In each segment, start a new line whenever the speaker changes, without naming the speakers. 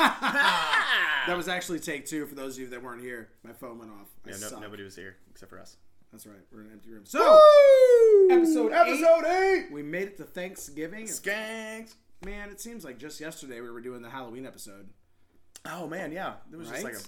Ah!
that was actually take two for those of you that weren't here. My phone went off. I
Yeah, no,
suck.
nobody was here except for us.
That's right. We're in an empty room. So Episode
Episode eight.
we made it to Thanksgiving.
Skanks.
Man, it seems like just yesterday we were doing the Halloween episode.
Oh man, yeah. It was just
Right?
like a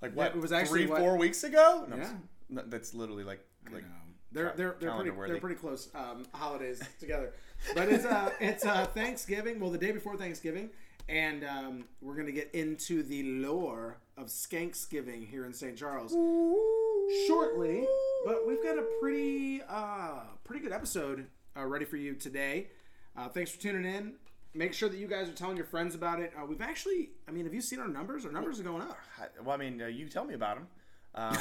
like what
Yeah, it was actually
three
what-
four weeks ago. No,
Yeah.
no, that's literally like like
They're they're
Cal-
they're pretty
calendar-worthy.
they're pretty close um, holidays together, but it's uh it's uh Thanksgiving. Well, the day before Thanksgiving, and um, we're gonna get into the lore of Skanksgiving here in St. Charles shortly. But we've got a pretty uh pretty good episode uh, ready for you today. Uh, thanks for tuning in. Make sure that you guys are telling your friends about it. Uh, we've actually, I mean, have you seen our numbers? Our numbers are going up.
I- well, I mean, uh, you tell me about them. Um,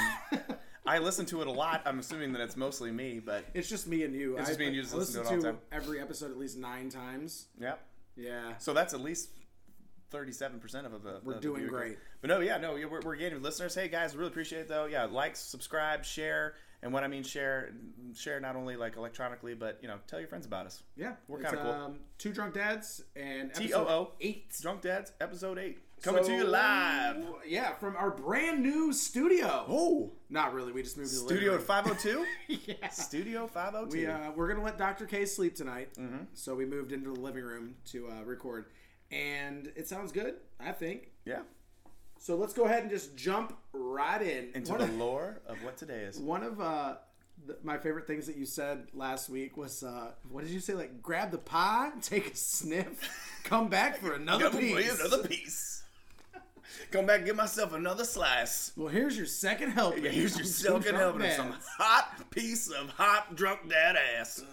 I listen to it a lot. I'm assuming that it's mostly me, but
It's just me and you. It's
just me and you just listen to it all the time.
every episode at least nine times.
yeah.
Yeah.
So that's at least. Thirty-seven percent of the we're
doing great.
but no, yeah, no, yeah, we're, we're gaining listeners. Hey guys, really appreciate it though. Yeah, like, subscribe, share, and when I mean share, share not only like electronically, but you know, tell your friends about us.
Yeah,
We're
it's,
kinda cool.
Um, Two drunk dads and episode
TOO.
eight
Drunk Dads, episode eight, coming
So-
to you live.
Yeah, from our brand new studio.
Oh,
Not really. We just moved to the living
Studio
room.
502?
yeah.
Studio 502.
We, uh, we're gonna let Dr. K sleep tonight,
Mm-hmm.
so we moved into the living room to uh, record, and it sounds good, I think.
yeah.
So let's go ahead and just jump right in.
Into
one
the
of,
lore of what today is.
one of uh, th- my favorite things that you said last week was, uh, what did you say? Like grab the pie, take a sniff, come back for another
Come play
piece.
Another piece. Come back and get myself another slice.
Well, here's your second helping.
Yeah, here's your
Two
silken
drunk
helping of
dads.
some hot piece of hot drunk dad ass.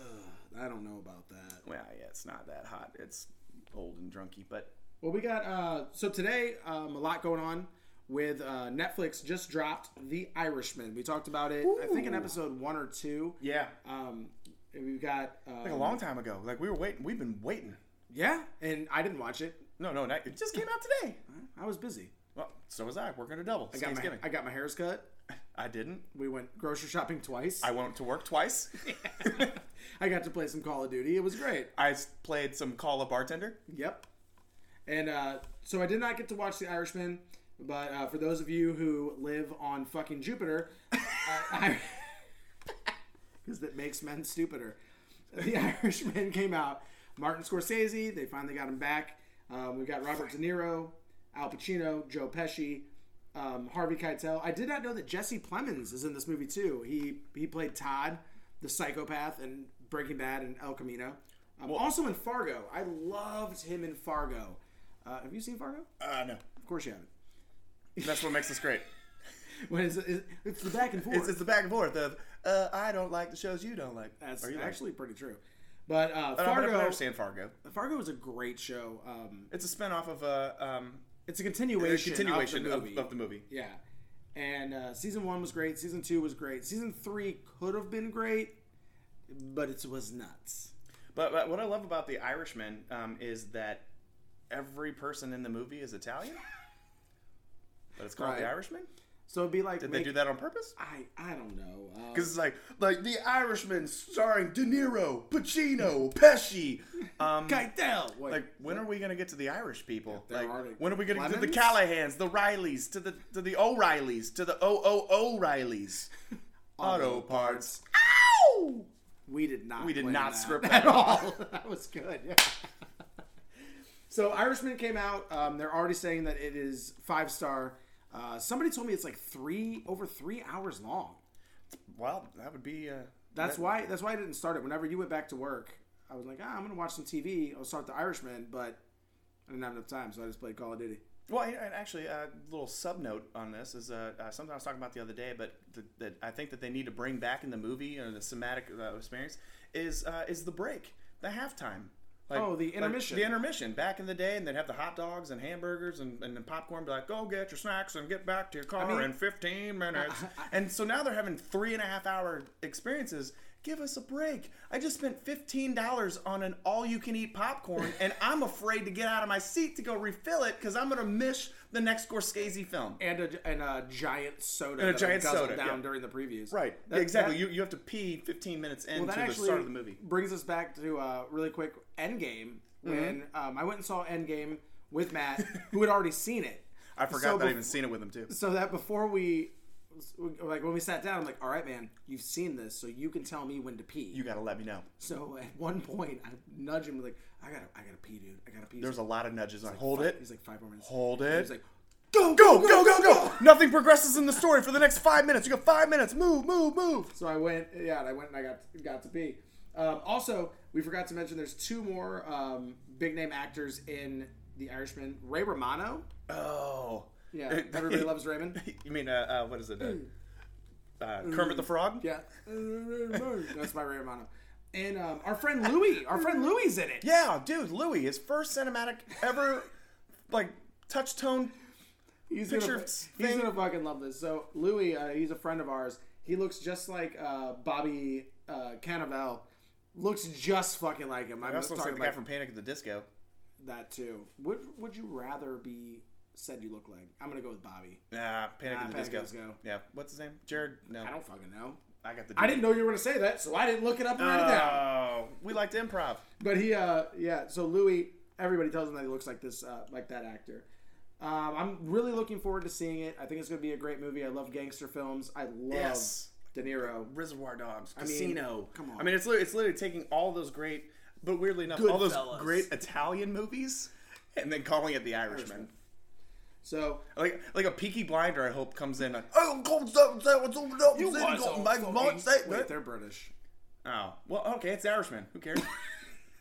I don't know about that.
Well, yeah, it's not that hot. It's old and drunky, but
Well, we got uh, so today um, a lot going on with uh, Netflix. Just dropped The Irishman. We talked about it, I think, in episode one or two.
yeah.
Um, and we've got um,
Like a long time ago. Like we were waiting. We've been waiting.
yeah, and I didn't watch it.
No, no, not, it just came out today.
I was busy.
Well, so was I. Working a double.
I
It's
got my
Thanksgiving.
I got my hairs cut.
I didn't.
We went grocery shopping twice.
I went to work twice.
I got to play some Call of Duty. It was great.
I s- played some Call a Bartender.
Yep. And uh, so I did not get to watch The Irishman, but uh, for those of you who live on fucking Jupiter, because that makes men stupider. The Irishman came out. Martin Scorsese. They finally got him back. Um, we've got Robert De Niro, Al Pacino, Joe Pesci, um, Harvey Keitel. I did not know that Jesse Plemons is in this movie too. He he played Todd, the psychopath, in Breaking Bad and El Camino. Um, also in Fargo. I loved him in Fargo. Uh, have you seen Fargo?
Uh, no.
Of course you haven't.
That's what makes us great.
When is it, it's the back and forth.
It's, it's the back and forth of, uh, I don't like the shows you don't like.
That's
Or you like.
actually pretty true. But uh,
But I- but I
Fargo,
understand Fargo.
Fargo is a great show. Um,
It's a spinoff of uh, um,
it's a
a
continuation,
continuation
of the movie.
of, of the movie.
yeah, and uh, season one was great. Season two was great. Season three could have been great, but it was nuts.
But, but what I love about The Irishman um, is that every person in the movie is Italian. But it's called
Right.
The Irishman?
So it'd be like
Did
make-
they do that on purpose?
I I don't know. Uh,
Because it's like, like The Irishman starring De Niro, Pacino, Pesci. Um,
Keitel. Wait,
Like, when are we gonna get to the Irish people?
There
like,
are the
when are we gonna get to the
Clemens?
Callahans, the Rileys, to the to the O'Reillys, to the O O O'Reillys? Auto parts. Ow!
we did not.
We did
plan
not
that
script
at
that.
all. that was good. Yeah. So Irishman came out. Um, they're already saying that it is five star. Uh, somebody told me it's like three over three hours long.
Well, that would be. Uh,
That's
that-
why. That's why I didn't start it. Whenever you went back to work, I was like, ah, I'm gonna watch some TV. I'll start The Irishman, but I didn't have enough time, so I just played Call of Duty.
Well, and and actually, a little sub note on this is uh, uh, something I was talking about the other day, but th- that I think that they need to bring back in the movie or the somatic uh, experience is uh, is the break, the halftime. Like,
Oh, the
like,
intermission.
the intermission. Back in the day, and they'd have the hot dogs and hamburgers and, and then popcorn. Be like, go get your snacks and get back to your car
mean-
in 15 minutes. and so now they're having three and a half hour experiences. Give us a break. I just spent $15 on an all you can eat popcorn, and I'm afraid to get out of my seat to go refill it because I'm going to miss the next Scorsese film.
And a, and a giant soda.
a
that I
giant
guzzled
soda,
down
yeah.
during the previews.
Right.
That-
exactly.
that-
you, you have to pee 15 minutes into
well, that
the
actually
start of the movie.
Mm-hmm. brings us back to uh, really quick Endgame. When um, I went and saw Endgame with Matt, who had already seen it.
I forgot
So
that I
bef-
even seen it with him too.
So that before we, like when we sat down, I'm like, all right, man, you've seen this, so you can tell me when to pee.
You gotta let me know.
so at one point, I nudge him like, I gotta, I gotta pee, dude. I gotta pee.
There's a lot of nudges. on hold
Five-
it.
He's like five more minutes.
Hold it.
He's like, go,
go, go, go, go. Nothing progresses in the story for the next five minutes. You got five minutes. Move, move, move.
So I went, yeah, and I went and I got got to be. Um, also, we forgot to mention there's two more um, big name actors in The Irishman: Ray Romano.
Oh.
Yeah, everybody loves Raymond.
You mean uh, uh what is it? Uh, uh, Kermit the Frog?
Yeah, that's my Ray Romano. And um, our friend Louis, our friend Louis in it.
Yeah, dude, Louis, his first cinematic ever, like touch tone.
he's
Picture
gonna, he's
thing.
gonna fucking love this. So Louis, uh, he's a friend of ours. He looks just like uh, Bobby uh, Cannavale. Looks just fucking like him. I'm
That looks
talking
like the
about
guy from Panic at the Disco.
that too. Would Would you rather be said you look like? I'm gonna go with Bobby.
Nah, Panic
Nah,
at
Panic at
the Disco.
the Disco.
Yeah, what's his name? Jared? No,
I don't fucking know.
I got the.
I didn't know you were gonna say that, so I didn't look it up and write it down.
Oh, we liked improv.
But he, uh, yeah. So Louis, everybody tells him that he looks like this, uh, like that actor. Um, I'm really looking forward to seeing it. I think it's gonna be a great movie. I love gangster films. I love
Yes.
De Niro.
Reservoir Dogs,
mean,
Casino.
come on.
I mean, it's literally, it's literally taking all those great, but weirdly enough, all those
Goodfellas.
great Italian movies, and then calling it The Irishman.
So
Like like a Peaky Blinder, I hope comes in. Like, oh, come down, down, down, down, down, down, down, down, down,
wait,
down."
they're British.
Oh well, okay, it's The Irishman. Who cares?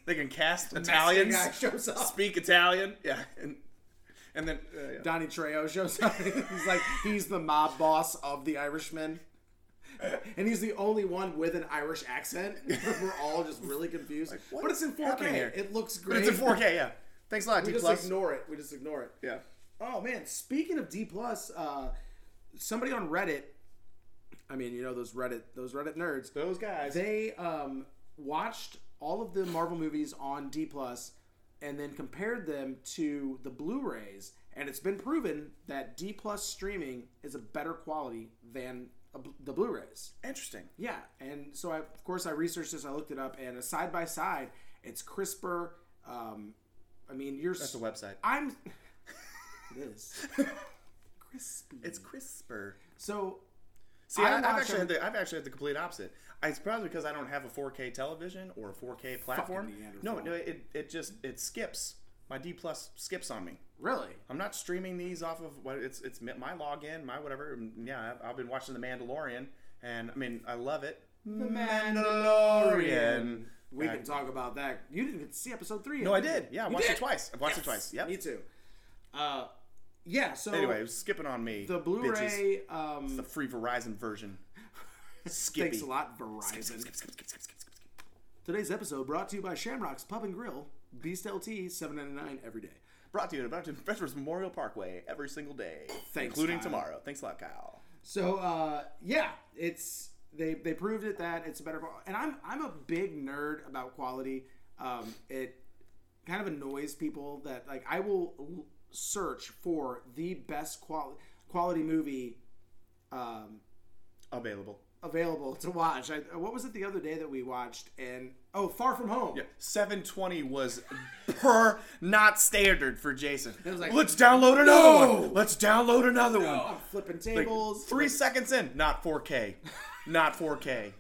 they can cast
Mexican
Italians,
guy shows up.
speak Italian, yeah, and and then uh, yeah.
Donnie Trejo shows up. he's like he's the mob boss of the Irishman. And he's the only one with an Irish accent. We're all just really confused.
what
but it's in
is
4K.
happening here?
It looks
but
great.
it's in 4K. Yeah, thanks a lot,
We
D
just
plus.
ignore it. We just ignore it.
Yeah,
Oh man, speaking of D plus, uh, somebody on Reddit. I mean, you know those Reddit those Reddit nerds.
those guys.
They um, watched all of the Marvel movies on D plus, and then compared them to the Blu-rays, and it's been proven that D plus streaming is a better quality than a bl- the Blu-rays.
Interesting.
Yeah, and so I, of course I researched this. I looked it up, and a side by side, it's crisper. Um, I mean, you're
That's a website.
I'm. it is crispy.
It's crisper.
so.
See,
I
I, I've
watch
actually
them-
had the, I've actually had the complete opposite. I- It's probably because I don't have a 4K television or a 4K platform. No,
Neanderthal.
no, it it just it skips. My D plus skips on me.
Really?
I'm not streaming these off of what it's it's my login, my whatever. And Yeah, I've, I've been watching The Mandalorian, and I mean I love it. The Mandalorian.
We
Yeah.
can talk about that. You didn't get to see episode three.
No, I did. Yeah, I
You
watched
did?
it twice. I watched it twice. Yep.
Me too. Uh, yeah. So
Anyway, it was skipping on me.
the
bitches.
Blu-ray.
the
Um,
free Verizon version. Skippy.
thanks a lot, Verizon.
Skip, skip, skip, skip, skip, skip, skip.
Today's episode brought to you by Shamrock's Pub and Grill, Beast LT, seven ninety nine every day.
Brought to you at about to Veterans Memorial Parkway every single day,
Thanks,
including
Kyle.
tomorrow. Thanks a lot, Kyle.
So uh, yeah, it's they they proved it that it's a better qual- and I'm I'm a big nerd about quality. Um, it kind of annoys people that like I will l- search for the best quality quality movie um,
Available.
available to watch. I, what was it the other day that we watched? And oh, Far From Home.
720 was per not standard for Jason.
was like,
Let's download another
"No!"
one. Let's download another
Oh, I'm flipping tables.
one. Three seconds in, not 4K, not 4K,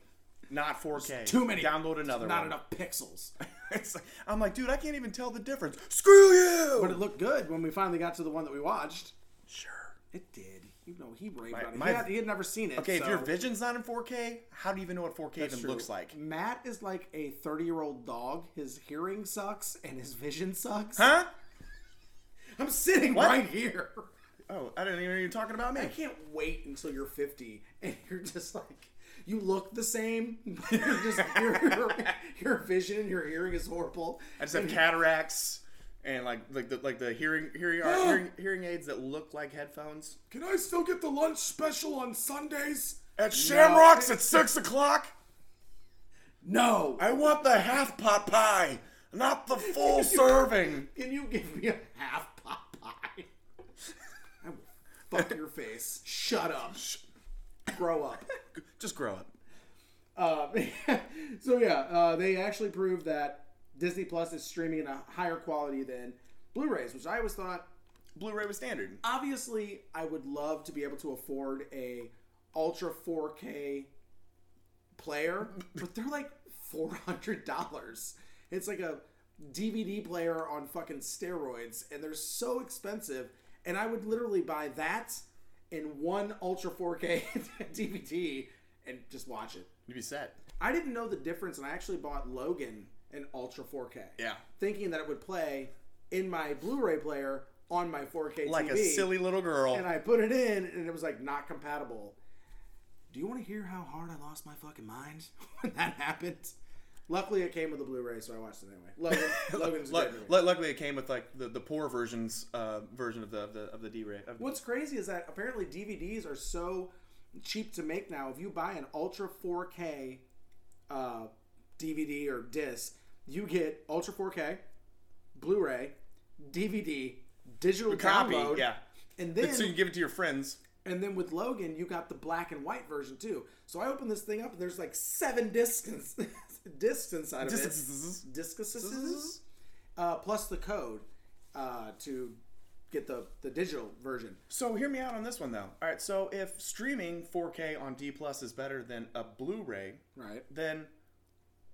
not 4K.
too many.
Download another
not
one.
enough pixels.
It's like, I'm like, dude, I can't even tell the difference. Screw you.
But it looked good when we finally got to the one that we watched.
sure.
It did. You know, he raved on it.
my-
he, had, he had never seen it.
Okay,
so.
if your vision's not in 4K, how do you even know what 4K even
True.
looks like?
Matt is like a 30 year old dog. His hearing sucks and his vision sucks.
Huh?
I'm sitting
What?
right here.
Oh, I didn't even know you were talking about me.
I can't wait until you're 50 and you're just like, you look the same. but You're just, your, your, your vision and your hearing is horrible.
I just have cataracts and like like the like the hearing hearing uh, hearing, hearing aids that look like headphones.
Can I still get the lunch special on Sundays?
At
Shamrock's
at six o'clock.
No.
I want the half pot pie, not the full serving.
Can you give me a half pot pie? I will fuck your face. Shut up. Grow up.
Just grow up.
Uh, so yeah, uh, they actually proved that Disney Plus is streaming in a higher quality than Blu-rays, which I always thought
Blu-ray was standard.
obviously I would love to be able to afford a ultra 4K player, but they're like $400. It's like a DVD player on fucking steroids and they're so expensive and I would literally buy that in one ultra 4K DVD and just watch it.
You'd be set.
I didn't know the difference and I actually bought Logan in ultra 4K.
Yeah.
Thinking that it would play in my Blu-ray player on my 4K
Like
TV
a silly little girl.
and I put it in, and it was like not compatible. Do you want to hear how hard I lost my fucking mind when that happened? Luckily, it came with a Blu-ray, so I watched it anyway. Logan, Logan's a
Lu-
good movie.
lu- luckily, it came with like the, the poor versions uh, version of the of the of the D-ray. Of,
What's crazy is that apparently DVDs are so cheap to make now. If you buy an Ultra 4K uh, DVD or disc, you get Ultra 4K, Blu-ray, DVD, digital
copy,
download,
yeah.
and then
So you can give it to your friends.
And then with Logan, you got the black and white version too. So I opened this thing up, and there's like seven discs, in- discs inside of it. Discuses, uh, plus the code uh, to get the, the digital version.
So hear me out on this one though. All right, so if streaming 4K on D Plus is better than a Blu-ray,
Right.
then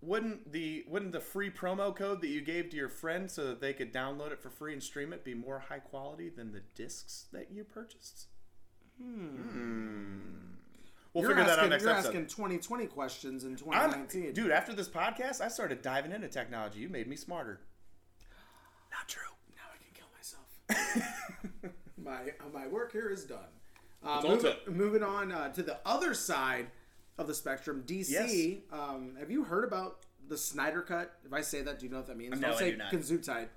wouldn't the wouldn't the free promo code that you gave to your friend so that they could download it for free and stream it be more high quality than the discs that you purchased? Hmm. We'll
You're
figure
asking,
that out next
you're
episode.
asking 2020 questions in
I'm-
2019.
dude, after this podcast, I started diving into technology. You made me smarter. Not true.
Now I can kill myself. my uh, my work here is done. Uh,
It's all
moving,
set.
moving on uh, to the other side of the spectrum, DC.
Yes.
Um, have you heard about the Snyder Cut? If I say that, do you know what that means?
No,
Don't
I
say
do not.
Kanzutite.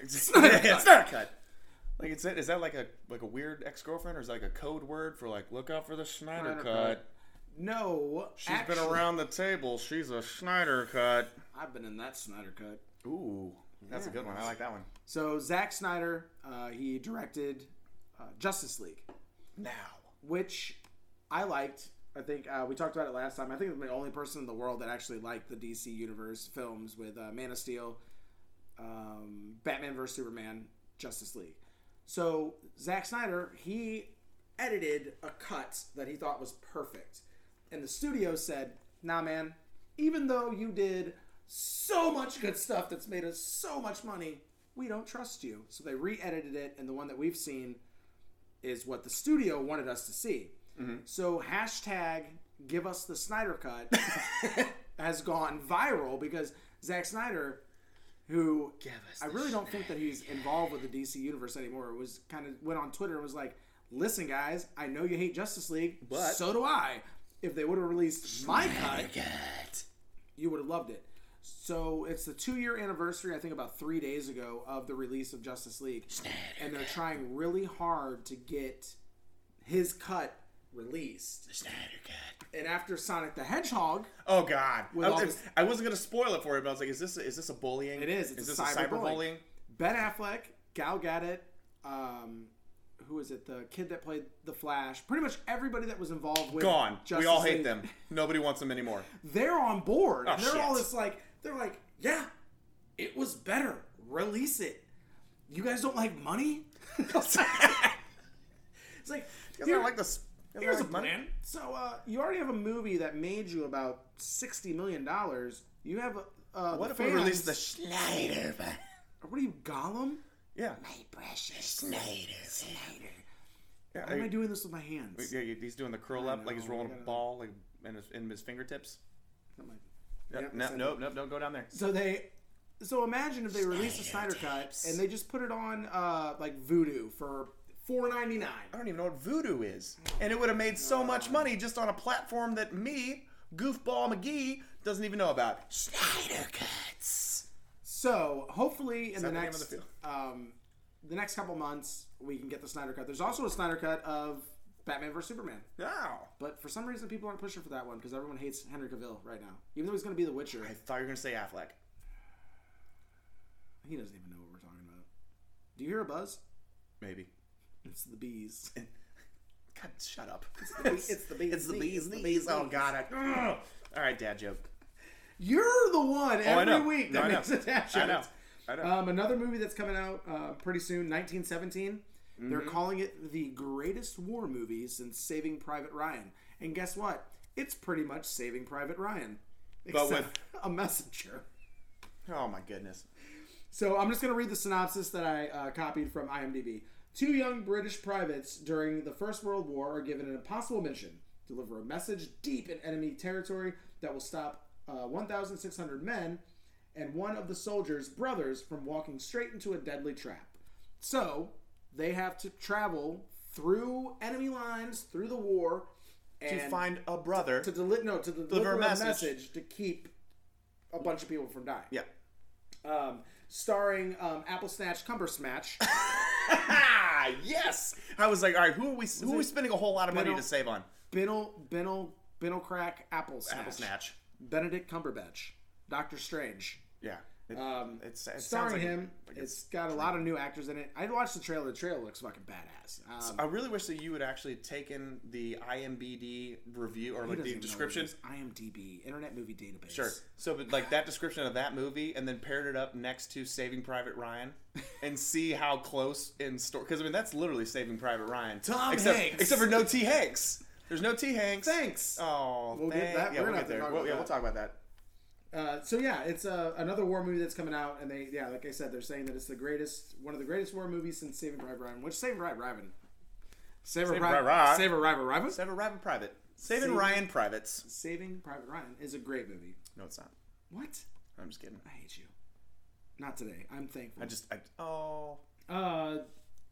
It's
not
not,
a
yeah,
cut.
it's not a cut. Like it's is that like a like a weird ex girlfriend or is that like a code word for like look out for the Schneider
Snyder
cut?
Cut. No,
She's
actually,
been around the table. She's a Schneider cut.
I've been in that Snyder Cut.
Ooh, that's a good one. I like that one.
So Zack Snyder, uh, he directed uh, Justice League.
Now,
which I liked. I think uh, we talked about it last time. I think I'm the only person in the world that actually liked the DC Universe films with uh, Man of Steel, um, Batman vs Superman, Justice League. So Zack Snyder he edited a cut that he thought was perfect, and the studio said, "Nah, man. Even though you did so much good stuff that's made us so much money, we don't trust you." So they re-edited it, and the one that we've seen is what the studio wanted us to see. So hashtag give us the Snyder cut has gone viral because Zack Snyder, who
us
I really don't think that he's involved with the DC universe anymore, was kind of went on Twitter and was like, "Listen, guys, I know you hate Justice League,
But-
so do I. If they would have released my cut, you would have loved it." So it's the two-year anniversary, I think, about three days ago of the release of Justice League, and they're trying really hard to get his cut released.
Schneider cut.
And after Sonic the Hedgehog,
Oh God, I,
all
was,
this-
I wasn't gonna spoil it for you, but I was like, is this is this a bullying? It
is. It's
is
a
this a
cyberbullying.
cyberbullying?
Ben Affleck, Gal Gadot, um, who is it? The kid that played the Flash. Pretty much everybody that was involved with
Gone. we all hate
League,
them. Nobody wants them anymore.
They're on board. and they're
shit.
all just like, they're like, yeah, it was better. Release it. You guys don't like money. it's like
Because I
here-
like this.
Here's a plan. So uh, you already have a movie that made you about sixty million dollars. You have a uh,
What
the
if we release the
fans-
Schneider? cut?
What are you, Gollum?
Yeah.
Precious Snyder. Snyder.
Yeah,
Why am I
I-
doing this with Oh my hands?
yeah, he's doing the curl up like he's
know,
rolling
I
a
gotta-
ball like in his, in his fingertips.
I'm like-
Yep.
Yep,
no,
same.
nope, nope, don't go down there.
So they, so imagine if they released the Snyder cut and they just put it on uh, like Voodoo for four ninety nine.
I don't even know what voodoo is. And it would have made so much money just on a platform that me, Goofball McGee, doesn't even know about. Schneider cuts.
So hopefully in the
that the name
next
of the
um, the next couple months we can get the Snyder cut. There's also a Snyder cut of Batman vs Superman.
Wow.
But for some reason, people aren't pushing for that one because everyone hates Henry Cavill right now. Even though he's going to be The Witcher,
I thought you were going to say Affleck.
he doesn't even know what we're talking about. Do you hear a buzz?
Maybe.
It's the bees.
God, shut up.
it's the bees
It's the
knees,
bees.
the
knees.
bees
Oh, God. I, Ugh. All right, dad joke.
You're the one
Oh, I
every
know.
week
No,
that
I know.
makes a dash
I know.
out.
I know.
Um, another movie that's coming out uh, pretty soon, 1917. They're
Mm-hmm.
calling it the greatest war movie since Saving Private Ryan. And guess what? It's pretty much Saving Private Ryan, except
with-
a messenger.
Oh my goodness.
So I'm just going to read the synopsis that I uh, copied from IMDb. Two young British privates during the First World War are given an impossible mission deliver a message deep in enemy territory that will stop uh, 1,600 men and one of the soldiers' brothers from walking straight into a deadly trap. So they have to travel through enemy lines, through the war, and
to find a brother.
to deli- no, to deliver a
message.
message to keep a bunch of people from dying
yeah.
um, starring um, Apple Snatch Cumber Smatch.
Ah, yes. I was like, all right, who are we? Who are we
it
spending a whole lot of money
Biddle?
to save on?
Binnel, Binnel, Binnel Crack, Apple Snatch.
Apple Snatch.
Benedict Cumberbatch, Doctor Strange.
Yeah. It,
Um,
it's it sounds
Starring
like
him,
like
it's got a lot of new actors in it. I watched the trailer. The trailer looks fucking badass. Um,
I really wish that you had actually taken the IMBD review or like the description.
IMDb, Internet Movie Database.
Sure. So, but like that description of that movie, and then paired it up next to Saving Private Ryan, and see how close in story. Because I mean, that's literally Saving Private Ryan.
Tom
except,
Hanks.
except for no T Hanks. There's no T Hanks.
Thanks.
Oh,
We'll get
thank-
that-
Yeah,
we're gonna
we'll get
have to
there.
talk
We'll-
about
yeah, we'll
that.
talk about that.
Uh, so yeah, it's uh, another war movie that's coming out, and they yeah, like I said, they're saying that it's the greatest, one of the greatest war movies since Saving Private Ryan. Which Saving Private Ryan, Saving
Private
Private
Ryan.
Ryan, Saving Private Ryan,
Saving Private Private. Saving
Saving-
Ryan Privates.
Saving Private Ryan is a great movie.
No, it's not.
What?
I'm just kidding.
I hate you. Not today. I'm thankful.
I just. I, oh.
Uh,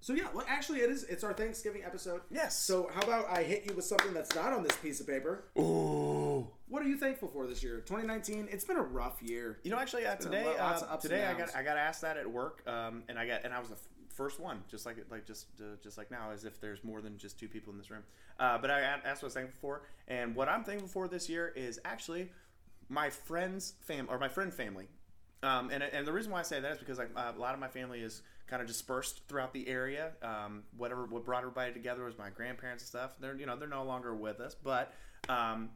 so yeah, well, actually, it is. It's our Thanksgiving episode.
Yes.
So how about I hit you with something that's not on this piece of paper?
Ooh.
What are you thankful for this year, 2019? It's been a rough year.
You know, actually, yeah,
been a
today,
lot- lots of
uh,
ups and
today I
downs.
got I got asked that at work, um, and I got and I was the f- first one, just like like just uh, just like now, as if there's more than just two people in this room. Uh, but I got asked what I was thankful for, and what I'm thankful for this year is actually my friend's fam or my friend family. Um, and, and the reason why I say that is because like, uh, a lot of my family is kind of dispersed throughout the area. Um, whatever what brought everybody together was my grandparents and stuff. They're you know they're no longer with us, but um,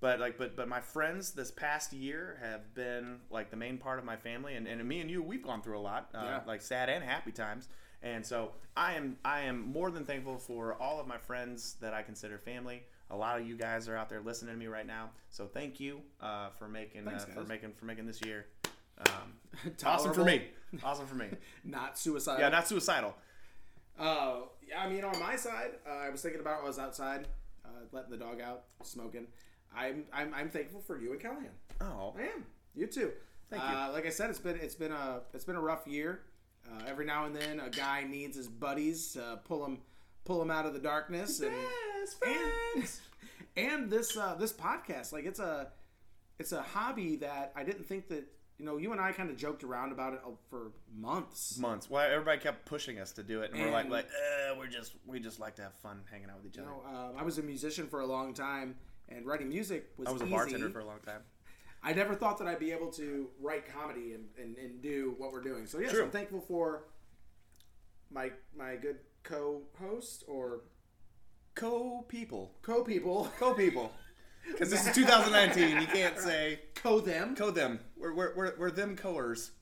but like but but my friends this past year have been like the main part of my family, and, and me and you we've gone through a lot, uh,
Yeah.
like sad and happy times. And so I am I am more than thankful for all of my friends that I consider family. A lot of you guys are out there listening to me right now, so thank you uh, for making
Thanks,
uh, for
guys.
making for making this year. Um, awesome for
Tolerable,
me. Awesome for me.
Not suicidal.
Yeah, not suicidal.
Uh, yeah, I mean, on my side, uh, I was thinking about it while I was outside, uh, letting the dog out, smoking. I'm, I'm, I'm thankful for you and Callahan.
Oh,
I am. You too. Thank
you.
Uh, like I said, it's been it's been a it's been a rough year. Uh, every now and then, a guy needs his buddies to pull him pull him out of the darkness and and, and this uh, this podcast like it's a it's a hobby that I didn't think that you know you and I kind of joked around about it uh, for months.
months. Well, everybody kept pushing us to do it, and, we're like,
And-
like, uh, we're just, we just like to have fun hanging out with each other.
You know, uh, I was a musician for a long time, and writing music was
I was a
easy.
bartender for a long time.
I never thought that I'd be able to write comedy and, and, and do what we're doing. So yes,
True.
I'm thankful for my my good co-host or
Co people,
co-people,
co people, because this is 2019. You can't say
co-them,
co them. We're we're we're, we're them coers.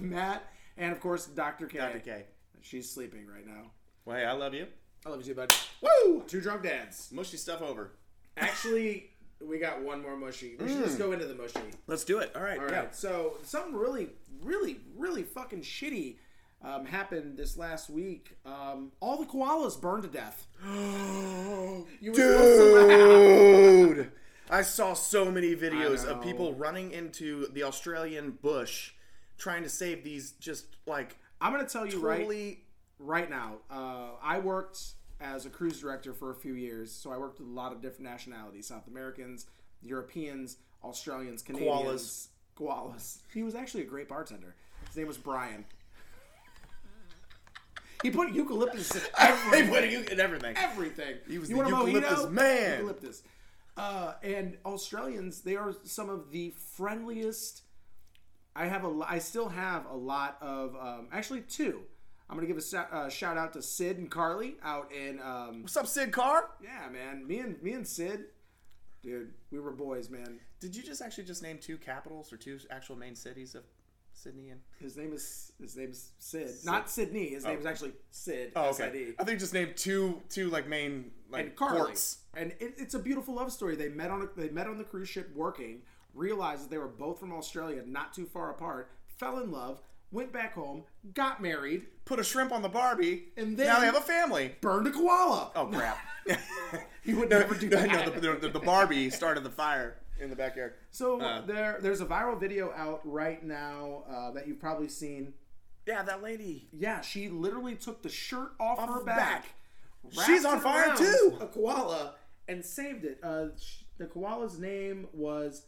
Matt, and of course Dr. K.
Dr. K.
She's sleeping right now.
Well, hey, I love you.
I love you too, bud.
Woo!
Two drunk dads.
Mushy stuff over.
Actually, we got one more mushy. We should just go into the mushy.
Let's do it. All right.
All right. So something really, really, really fucking shitty um, happened this last week. Um, all the koalas burned to death. You were supposed to laugh.
Dude, I saw so many videos
know.
of people running into the Australian bush trying to save these just like
I'm gonna tell you right
totally
right now. Uh, I worked as a cruise director for a few years, so I worked with a lot of different nationalities: South Americans, Europeans, Australians, Canadians, koalas. Koalas. He was actually a great bartender. His name was Brian. He put eucalyptus in
everything. and everything.
everything. He
was
you
the
want a
eucalyptus
mojito?
man.
Eucalyptus. Uh, and Australians, they are some of the friendliest. I have a. lo- I still have a lot of. Um, actually, two. I'm gonna give a sa- uh, shout out to Sid and Carly out in. Um,
What's up, Sid Carr?
yeah, man. Me and me and Sid, dude, we were boys, man.
Did you just actually just name two capitals or two actual main cities of Sydney and
His name is his name's Sid, not Sydney. His name is actually Sid.
oh,
S I D.
okay. I think just named two two like main like
and Carly.
courts.
And it, it's a beautiful love story. They met on a, they met on the cruise ship working, realized that they were both from Australia, not too far apart, fell in love, went back home, got married,
Put a shrimp on the Barbie,
And then-
now they have a family.
burned a koala.
Oh crap!
he would
no,
never do
no,
that.
no, the, the, the Barbie started the fire in the backyard.
So
Uh.
there, there's a viral video out right now uh, that you've probably seen.
Yeah, that lady.
Yeah, she literally took the shirt off, her
her
back.
back.
wrapped
She's on
it
fire,
around
too.
A koala and saved it. Uh, sh- the koala's name was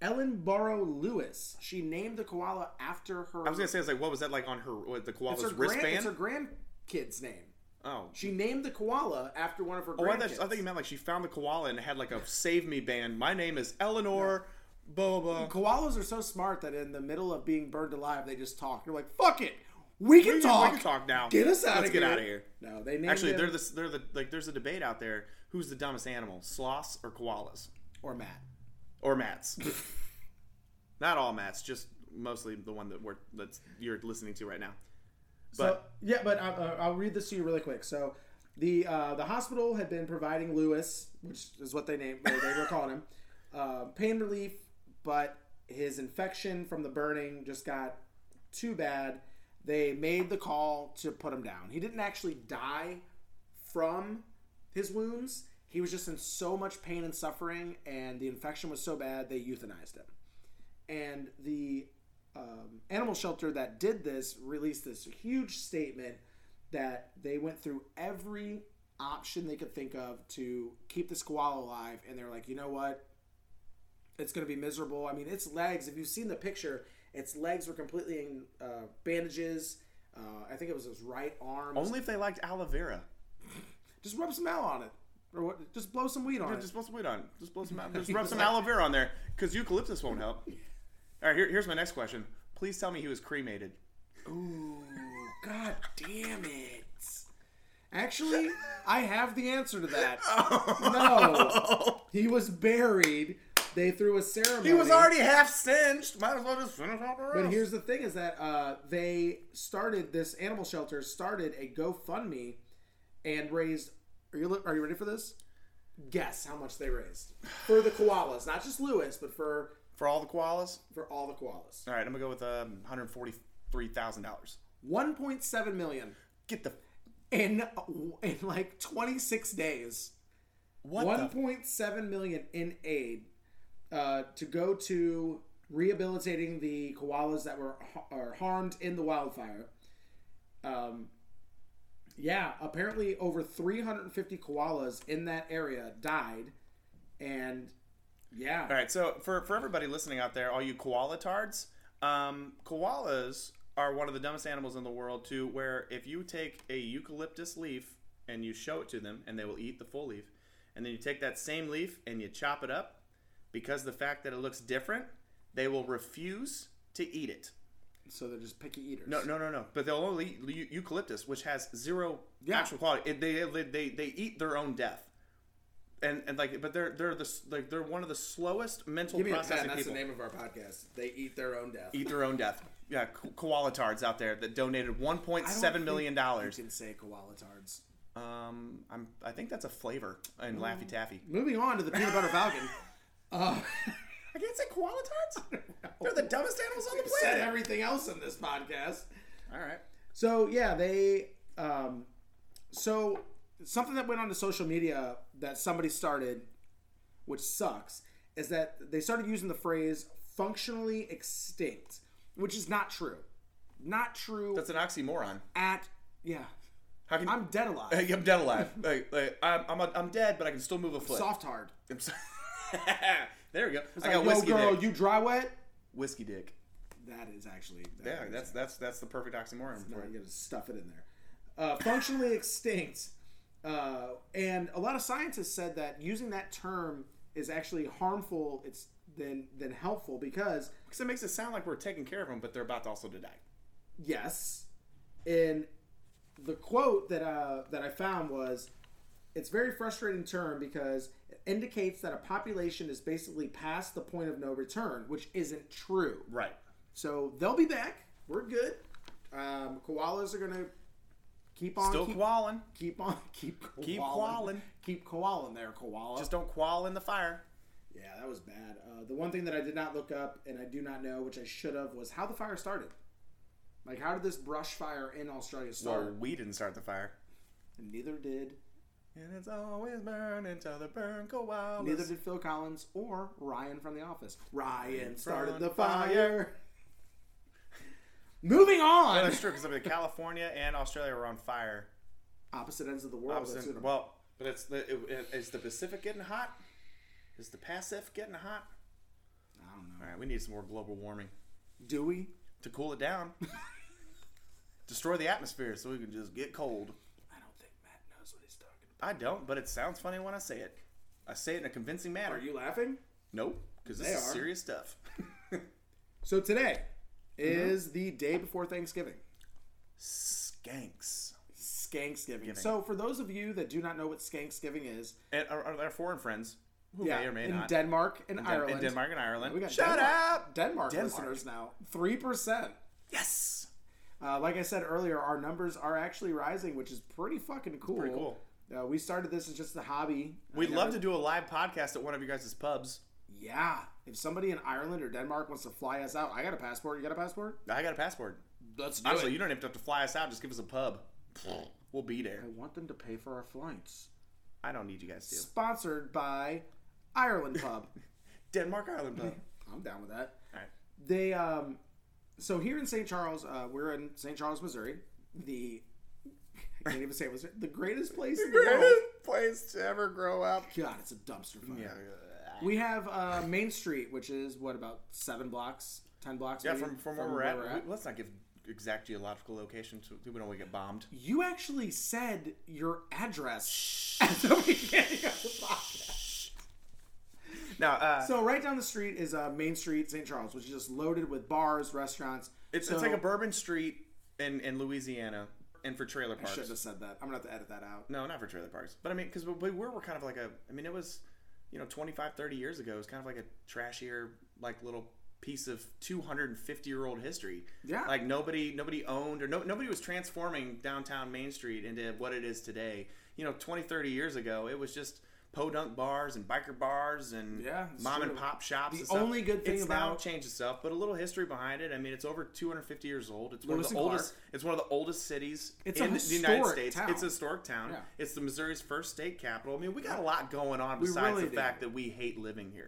Ellen Burrow Lewis. She named the koala after her.
I was gonna say, I was like, what was that like on her what, the koala's
it's her, grand,
wristband?
it's her grandkid's name.
oh,
She named the koala after one of her
Oh, I
grandkids.
thought, I thought you meant like she found the koala and had like a save me band. My name is Eleanor, blah blah blah.
Koalas are so smart that in the middle of being burned alive, they just talk. They're like, "Fuck it, we can
We can-
talk.
we can talk now.
Get us out
Let's
of
get
here.
outta here.
No, they named
Actually,
him-
they're the they're the like. There's a debate out there. Who's the dumbest animal, sloths or koalas
or Matt.
or mats? Not all mats, just mostly the one that we're that's you're listening to right now. But
so, yeah, but I, uh, I'll read this to you really quick. So the uh, the hospital had been providing Lewis, which is what they named or they were calling him, uh, pain relief, but his infection from the burning just got too bad. They made the call to put him down. He didn't actually die from his wounds. He was just in so much pain and suffering, and the infection was so bad they euthanized him and the um, animal shelter that did this released this huge statement that they went through every option they could think of to keep this koala alive and they're like you know what it's going to be miserable i mean its legs if you've seen the picture its legs were completely in uh, bandages uh, i think it was his right arm
only if they liked aloe vera.
just rub some out on it or what, just blow some weed on it
Just blow some weed on. Just blow some. Just rub some aloe vera on there because eucalyptus won't help. All right, here, here's my next question. Please tell me he was cremated.
Ooh, god damn it. Actually, I have the answer to that.
Oh.
No. He was buried. They threw a ceremony.
He was already half singed. Might as well just finish off the rest.
But here's the thing is that uh, they started, this animal shelter started a GoFundMe and raised. Are you, li- are you ready for this? Guess how much they raised for the koalas, not just Lewis, but for
For all the koalas?
for all the koalas.
All right, I'm going to go with um, $143,000.
One point seven million
Get the.
in in like twenty six days.
What
One
the?
point seven million in aid uh, to go to rehabilitating the koalas that were ha- are harmed in the wildfire. Um, yeah, apparently over three hundred and fifty koalas in that area died, and yeah,
All right, so for, for everybody listening out there, all you koala tards, um, koalas are one of the dumbest animals in the world, too, where if you take a eucalyptus leaf and you show it to them, and they will eat the full leaf, and then you take that same leaf and you chop it up, because the fact that it looks different, they will refuse to eat it.
so they're just picky eaters.
No, no, no, no. But they'll only eat eu- eucalyptus, which has zero
Yeah.
actual quality. It, they, they they they eat their own death, and and like, but they're they're the s- like they're one of the slowest mental
Give me a pen,
processing
that's
people.
the name of our podcast. They eat their own death.
Eat their own death. Yeah, ko- koala tards out there that donated one point
I don't
seven
think
million dollars.
You can say koala tards.
Um, I'm I think that's a flavor in Laffy Taffy.
Moving on to the peanut butter falcon. Uh,
I can't say koala tards. They're the dumbest animals on the
said
planet.
everything else in this podcast.
All right.
So yeah, they um, so something that went on to social media that somebody started, which sucks, is that they started using the phrase "functionally extinct," which is not true, not true
That's an oxymoron.
at yeah.
How can
I'm dead alive,
I'm dead alive? like, like, I'm I'm, am dead, but I can still move a foot.
soft hard.
I'm sorry. there we go. I
Like,
got
Yo,
whiskey
girl,
dick.
you dry wet?
Whiskey dick.
That is actually
Yeah, that's that's that's the perfect oxymoron.
No,
for
I'm
it.
gonna stuff it in there. Uh, functionally extinct, uh, and a lot of scientists said that using that term is actually harmful. It's than than helpful because
Because it makes it sound like we're taking care of them, but they're about to also to die.
yes, in the quote that uh, that I found was, "It's a very frustrating term because it indicates that a population is basically past the point of no return, which isn't true."
Right.
So they'll be back. We're good. Um, koalas are gonna keep on
Still
keep,
qualling.
keep on keep koaling.
Keep koaling.
keep koaling there koala.
Just don't qual in the fire.
yeah, that was bad. Uh, the one thing that I did not look up and I do not know, which I should have, was how the fire started. Like how did this brush fire in Australia start?
Well, we didn't start the fire.
Neither did
And it's always burn until the burn koalas.
neither did Phil Collins or Ryan from The Office. Ryan started
from
the
fire.
fire. Moving
Oh,
on.
that's true because I mean, California and Australia were on fire.
Opposite ends of the world.
Opposite-
Oh, That's what I'm-
well, but it's the it, it, is the Pacific getting hot? Is the Pacific getting hot?
I don't know.
All right, we need some more global warming
Do we?
to cool it down. Destroy the atmosphere so we can just get cold.
I don't think Matt knows what he's talking about.
I don't, but it sounds funny when I say it. I say it in a convincing manner.
Are you laughing?
Nope, because this
They
is
are.
serious stuff.
So today is the day before Thanksgiving.
Skanks.
Skanksgiving. So for those of you that do not know what Skanksgiving is,
And are, are there foreign friends who may or may
in
not
Denmark and
Den-
Ireland.
in Denmark and Ireland?
We got
Shut
Denmark,
up!
Denmark,
Denmark.
listeners now. 3%.
Yes.
Uh, like I said earlier, our numbers are actually rising, which is pretty fucking cool.
Pretty cool.
Uh, we started this as just a hobby.
We'd love to do a live podcast at one of you guys' pubs.
Yeah. If somebody in Ireland or Denmark wants to fly us out, I got a passport. You got a passport?
I got a passport.
Let's do
Honestly, you don't even have to fly us out. Just give us a pub. We'll be there.
I want them to pay for our flights.
I don't need you guys to.
Sponsored by Ireland Pub.
Denmark Ireland pub.
I'm down with that.
All right.
They um, so here in St. Charles, uh, we're in St. Charles, Missouri. The I can't even say it was the greatest place in the world.
place to ever grow up.
God, it's a dumpster fire. We have uh, Main Street, which is what about seven blocks, ten blocks?
Yeah,
maybe,
from, from, where, we're at, we- let's not give exact geological location so we don't want to get bombed.
You actually said your address at the beginning of the podcast.
Now, uh,
So right down the street is uh, Main Street, St. Charles, which is just loaded with bars, restaurants.
it's,
so,
it's like a Bourbon Street in, in Louisiana and for trailer
I shouldn't
parks.
have said that. I'm gonna have to edit that out.
No, not for trailer parks. But I mean, because we were, were kind of like a, I mean, it was, you know, 25, 30 years ago, it was kind of like a trashier, like little piece of 250 year old history.
Yeah.
Like nobody, nobody owned or no, nobody was transforming downtown Main Street into what it is today. You know, 20, 30 years ago, it was just podunk bars and biker bars and
Yeah, it's
mom and
true.
pop shops.
The
and stuff.
only good thing
it's now
about-
changed itself, but a little history behind it. I mean, it's over 250 years old. It's one
Lewis
of the
and
oldest. It's one of the oldest cities
It's a
in the United
historic
States.
town.
It's a historic town.
Yeah.
It's the Missouri's first state capital. I mean, we got a lot going on besides
really
the
do.
fact that we hate living here.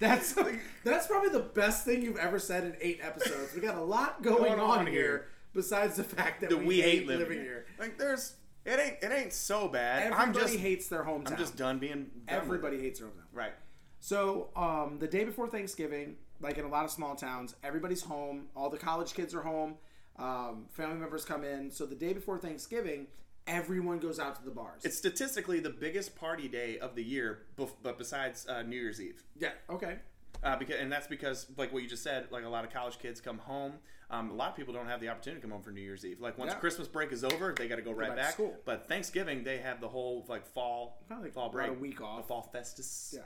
That's that's probably the best thing you've ever said in eight episodes. We got a lot going,
Going
on,
on
here,
here.
besides the fact that,
That
we, hate, living, here.
Like there's it ain't it ain't so bad.
Everybody
I'm just
hates their hometown.
I'm just done being done with it.
Everybody hates their hometown.
Right.
So um, the day before Thanksgiving, like in a lot of small towns, everybody's home. All the college kids are home. Um, family members come in. So the day before Thanksgiving, everyone goes out to the bars.
It's statistically the biggest party day of the year, bef- but besides uh, New Year's Eve.
yeah. Okay.
Uh, because and that's because like what you just said, like a lot of college kids come home. Um, a lot of people don't have the opportunity to come home for New Year's Eve. Like once
Yeah.
Christmas break is over, they got to go right
back
back.
to school.
But Thanksgiving, they have the whole like fall
Probably
fall
about
break,
a week off.
the fall festus.
Yeah.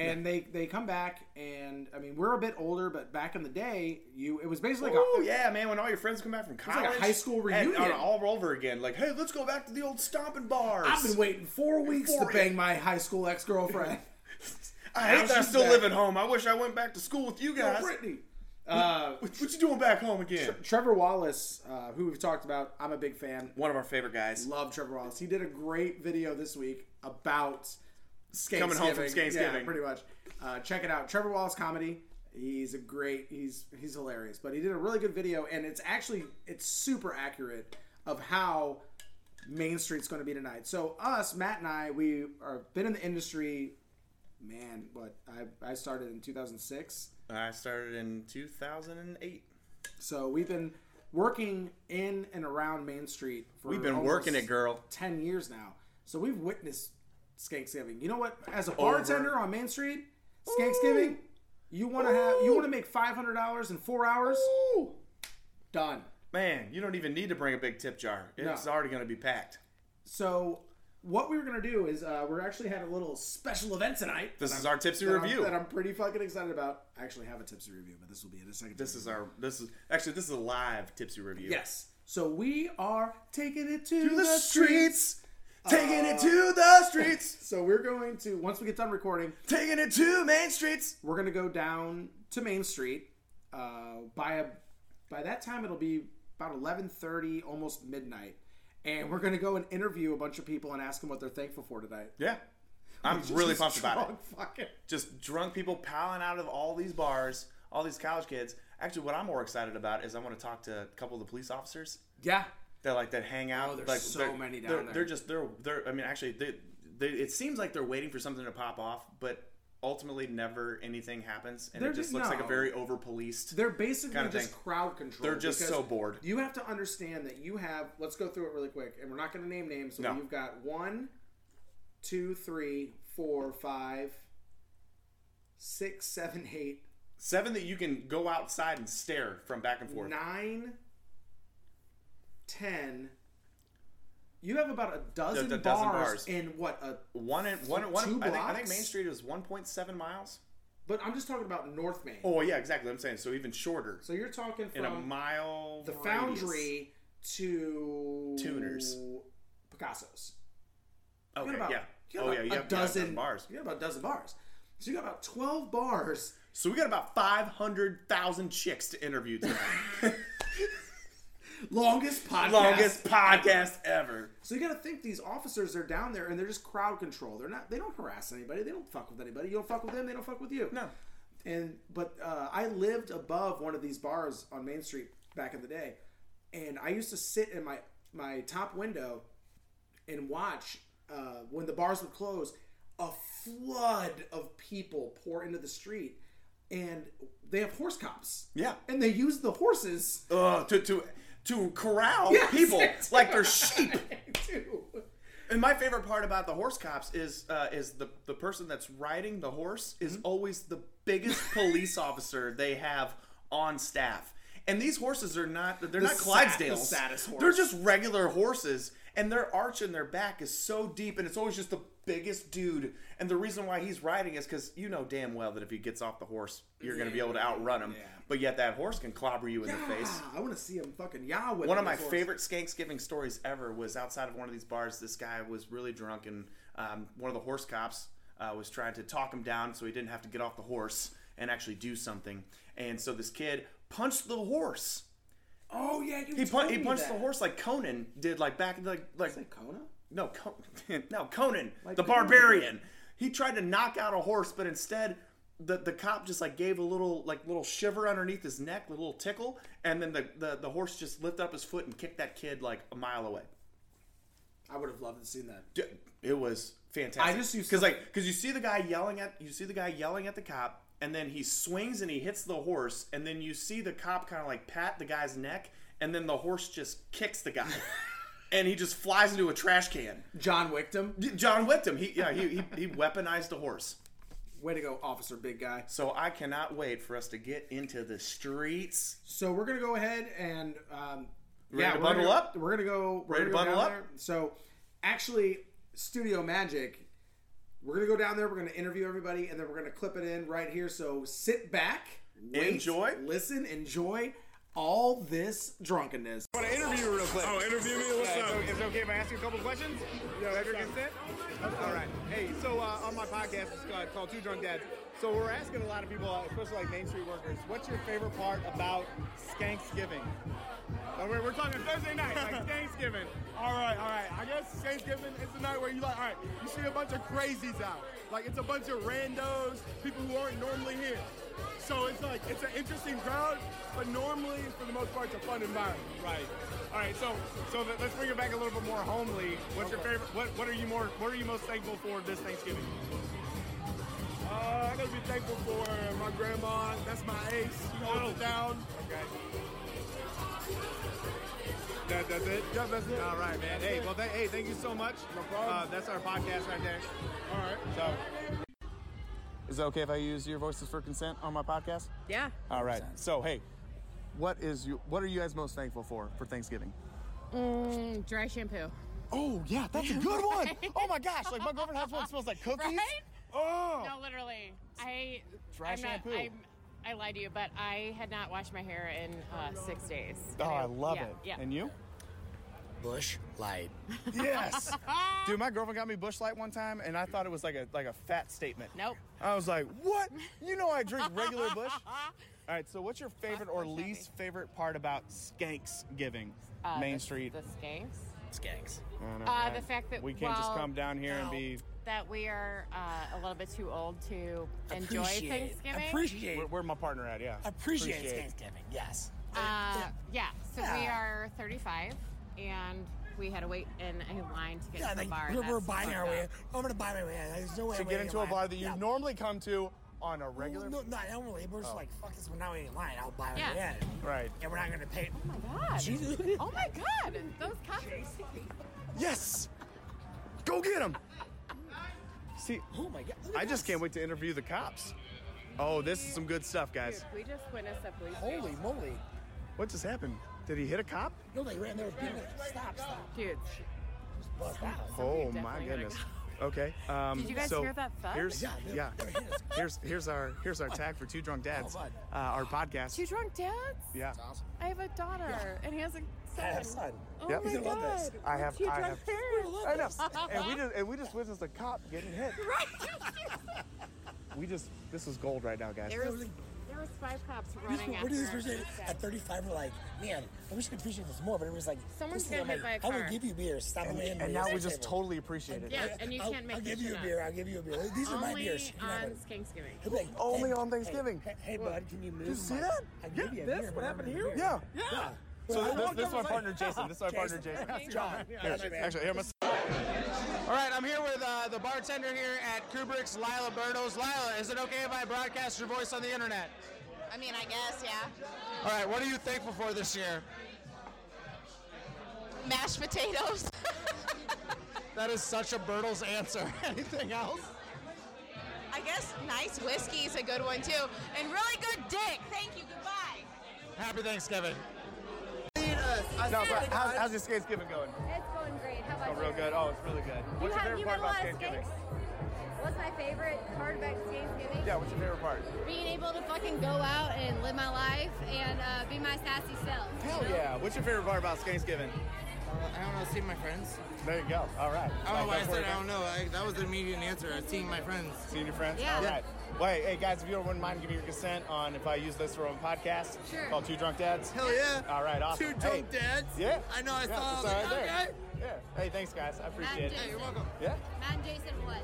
And they they come back, and I mean we're a bit older, but back in the day, you it was basically like
Oh
a,
yeah, man! When all your friends come back from college,
like a high school
and-
reunion.
and all over again. Like, hey, let's go back to the old stomping bars.
I've been waiting four weeks
Four
to bang my high school ex girlfriend.
I hate that I
she's
still
back.
live at home. I wish I went back to school with you guys.
Brittany. Uh,
what, what you doing back home again?
Trevor Wallace, uh, who we've talked about, I'm a big fan.
One of our favorite guys
Love Trevor Wallace. He did a great video this week about Skanksgiving.
Coming home from
Yeah,
Skanksgiving.
pretty much. Uh, check it out. Trevor Wallace comedy. He's a great. He's he's hilarious. But he did a really good video, and it's actually it's super accurate of how Main Street's going to be tonight. So us, Matt and I, we are been in the industry. Man, what I I started in 2006.
I started in 2008.
So we've been working in and around Main Street for
We've been
almost
working it, girl.
10 years now. So we've witnessed Skanksgiving. You know what? As a bartender on Main Street, Skanksgiving, you want to have you want to make $500 in 4 hours? Done.
Man, you don't even need to bring a big tip jar. It's already going to be packed.
So what we were gonna do is uh, we're actually had a little special event tonight.
This
that
is
I'm-
our tipsy
that I'm-
review.
that I'm pretty fucking excited about. I actually have a tipsy review, but this will be in a second.
This is our. This is actually this is a live tipsy review.
yes. So we are taking it to,
To
the,
the
streets. Uh,
streets, taking it to the streets,
So we're going to once we get done recording,
taking it to main streets.
we're gonna go down to Main Street. Uh, by a by that time it'll be about eleven thirty, almost midnight, and we're gonna go and interview a bunch of people and ask them what they're thankful for tonight.
Yeah, I'm really
Just
pumped about it.
drunk Fucking
Just drunk people piling out of all these bars, all these college kids. Actually, what I'm more excited about is I want to talk to a couple of the police officers
yeah.
that like that hang out.
Oh, there's
like,
so
they're-
many down
they're,
there.
They're just they're they're. I mean, actually, they, they, it seems like they're waiting for something to pop off, but ultimately, never anything happens, and
They're
it just
just-
looks like a
no.
very over policed.
They're basically
Kinda
just
thing.
crowd control.
They're just
because
so bored.
You have to understand that you have. Let's go through it really quick, and we're not going to name names. So
No.
you've got one, two, three, four, five, six, seven, eight,
Seven that you can go outside and stare from back and forth.
nine, ten. You have about a dozen,
d- dozen
bars,
bars.
in what a.
One and one, one
Two
I, think, I think
blocks?
Main Street is 1.7 miles.
But I'm just talking about North Main.
Oh yeah, exactly. I'm saying so even shorter
So you're talking
in a
from
mile.
the
radius.
Foundry to
Tuners.
Picasso's.
Okay,
You got about,
yeah.
you got
Oh
about
yeah, you
a
have yeah,
dozen
bars.
You got about a dozen bars. So you got about twelve bars.
So we got about 500,000 chicks to interview tonight.
Longest podcast.
Longest podcast ever.
So you got to think these officers are down there and they're just crowd control. They're not. They don't harass anybody. They don't fuck with anybody. You don't fuck with them. They don't fuck with you.
No.
And but uh, I lived above one of these bars on Main Street back in the day, and I used to sit in my my top window and watch uh, when the bars would close. A flood of people pour into the street, and they have horse cops.
Yeah.
and they use the horses
Ugh, to to to corral
Yes,
people
it's-
like they're sheep.
too.
And my favorite part about the horse cops is uh, is the the person that's riding the horse is
Mm-hmm.
always the biggest police officer they have on staff. And these horses are not they're not
sa- the
Clydesdales.
saddest horse.
They're just regular horses and their arch in their back is so deep and it's always just the biggest dude. And the reason why he's riding is cuz you know damn well that if he gets off the horse, you're going to be able to outrun him.
Yeah.
But yet that horse can clobber you in the face.
Ah, I want to see him fucking Yahweh.
One of my
horse.
favorite Skanksgiving stories ever was outside of one of these bars. This guy was really drunk, and um, one of the horse cops uh, was trying to talk him down so he didn't have to get off the horse and actually do something. And so this kid punched the horse.
Oh yeah, you
He, pun-
told
he
me
punched
that.
the horse like Conan did, like back like like
Is it Kona?
no Con- no Conan the
Conan.
barbarian. He tried to knock out a horse, but instead. The, the cop just like gave a little like little shiver underneath his neck, a little tickle, and then the, the, the horse just lifted up his foot and kicked that kid like a mile away.
I would have loved to seen that.
D- it was fantastic.
I just used
because
to-
like because you see the guy yelling at you see the guy yelling at the cop, and then he swings and he hits the horse, and then you see the cop kind of like pat the guy's neck, and then the horse just kicks the guy, and he just flies into a trash can.
John Wickton.
John whipped him. He yeah he he, he weaponized the horse.
Way to go, officer, big guy.
So I cannot wait for us to get into the streets.
So we're gonna go ahead and um,
Ready
yeah,
to
we're
bundle
gonna,
up?
We're gonna go. We're
Ready to
gonna go
bundle
down
up?
There. So actually, Studio Magic. We're gonna go down there. We're gonna interview everybody, and then we're gonna clip it in right here. So sit back, wait,
Enjoy.
listen, enjoy all this drunkenness.
want to interview you real quick.
Oh, interview me. What's
Uh,
up?
so is it okay if I ask you a couple questions? You have your consent? All right. Hey, so uh, on my podcast, it's called, called Two Drunk Dads. So we're asking a lot of people, uh, especially like Main Street workers, what's your favorite part about Skanksgiving? Uh, we're, we're talking Thursday night, like Thanksgiving.
All right, all right. I guess Thanksgiving is the night where you like, all right, you see a bunch of crazies out. Like it's a bunch of randos, people who aren't normally here. So it's like it's an interesting crowd, but normally for the most part, it's a fun environment.
Right. All right. So, so let- let's bring it back a little bit more homely. What's your favorite? What What are you more? What are you most thankful for this Thanksgiving?
Uh, I gotta be thankful for my grandma. That's my ace. She holds it down.
Okay. That, that's it.
Yeah, that's it.
All right, man. Hey, well, th- hey, thank you so much.
No problem.
Uh, that's our podcast right there.
All right.
So, is it okay if I use your voices for consent on my podcast?
Yeah.
All right. So, hey, what is you? What are you guys most thankful for for Thanksgiving?
Mm, dry shampoo.
Oh yeah, that's a good one. Oh my gosh, like my girlfriend house one smells like cookies.
Right?
Oh.
No, literally. I
Dry
I'm not,
shampoo. Oh,
I'm, I lied to you, but I had not washed my hair in uh, six days.
Oh, I love
yeah,
it.
Yeah.
And you?
Bush Light.
Yes. Dude, my girlfriend got me Bush Light one time, and I thought it was like a like a fat statement.
Nope.
I was like, what? You know I drink regular Bush. All right. So, what's your favorite or
Bush heavy.
least favorite part about Skanks giving
Uh,
Main
the-
Street?
The skanks.
Skanks.
I know,
Uh,
right?
the fact that
we can't just
well,
come down here and
no,
be.
that we are uh, a little bit too old to enjoy
Appreciate.
Thanksgiving.
Appreciate.
Where, where my partner at? Yeah.
Appreciate,
Appreciate.
Thanksgiving. Yes.
Uh, yeah. So we
Yeah.
are 35, and we had to wait in a line to get
Yeah,
to the
like,
bar.
we're,
That's
we're buying our
fucked
way.
up.
I'm gonna buy my way. in. There's no way.
To
I'm
get
waiting in
into a
line.
bar that you
Yeah.
normally come to on a regular.
No, not normally.
Oh.
We're just like, fuck this. We're not waiting in line. I'll buy my
Yeah.
way in.
Right.
And we're not gonna pay.
Oh my god.
Jesus.
Oh my god. Those cops.
Yes. Go get him. See,
Oh my god.
I just can't wait to interview the cops. Oh, this is some good stuff, guys.
We just witnessed a police chase.
Holy moly.
What just happened? Did he hit a cop?
No, they ran there. with people. Stop, stop.
Dude,
Just bust out.
Oh
definitely
my
gotta
goodness.
go.
Okay. Um,
Did you guys
so
hear that thud?
Here's
Oh,
yeah,
Yeah, they're- they're hitting us.
Here's here's our here's our tag for two drunk dads.
Oh,
uh,
bud.
our podcast.
two drunk dads.
Yeah.
I have a daughter, and he has a son.
Yeah, son.
Oh
Yep.
my
He's gonna
god.
love this.
I have.
Two
I
drunk
have.
parents.
I know. And we just and we just witnessed a cop getting hit. We just this is gold right now, guys.
There was there was five cops
What
running
what
after
is this
us.
person at 35? We're like, man, I wish I could appreciate this more, but it was like,
Someone's
this is-
getting
I'm
hit
like,
by a
I
car.
will give you beer. Stop
And,
me in.
and now we just totally appreciate it.
Yeah, and you
I'll,
can't make
I'll
this
give you
shit
a
up.
beer. I'll give you a beer. These are my
Only
beers. You can have
on
it.
Thanksgiving.
He'll be like,
Only
hey,
on
hey,
Thanksgiving.
Hey, hey, bud, can you move?
you see
my-
that?
I'll
Yeah,
give you a
this?
beer,
What
but I'm
happened
gonna
here?
give you
Yeah.
a
Uh,
beer.
Yeah.
So
Well, I
this,
walked
this
up,
is
I
my
was
partner
like,
Jason. This is my partner Jason.
John.
Here,
Nice, man.
actually, here, I'm gonna- All right, I'm here with uh, the bartender here at Kubrick's, Lila Burdos. Lila, is it okay if I broadcast your voice on the internet?
I mean, I guess, yeah.
All right, what are you thankful for this year?
Mashed potatoes.
That is such a Burdos answer. Anything else?
I guess nice whiskey is a good one too, and really good dick. Thank you. Goodbye.
Happy Thanksgiving. No, but how's, how's your Thanksgiving going?
It's going great. How
Oh,
about
real
you?
good. Oh, it's really good.
You
What's your
had,
favorite
you
part
had a
about
lot of
Thanksgiving?
skanks. What's my favorite part about Thanksgiving?
Yeah, what's your favorite part?
Being able to fucking go out and live my life and uh, be my sassy self.
Hell yeah. What's your favorite part about Thanksgiving?
I don't know, seeing my friends.
There you go. All right.
I don't know why I
That's where
said
it
I don't
goes.
know. I, that was the immediate answer. I seeing my friends.
Seeing your friends?
Yeah.
All right. Well, hey, hey, guys, if you don't wouldn't mind giving your consent on if I use this for a podcast
Sure.
called Two Drunk Dads.
Hell yeah.
All right, awesome.
Two drunk
Hey.
dads.
Yeah.
I know. I
yeah,
saw. I
it's
was
all
like,
right
okay.
there. Yeah. Hey, thanks, guys. I appreciate
Matt
it.
Jason.
You're welcome.
Yeah.
Matt and Jason, what?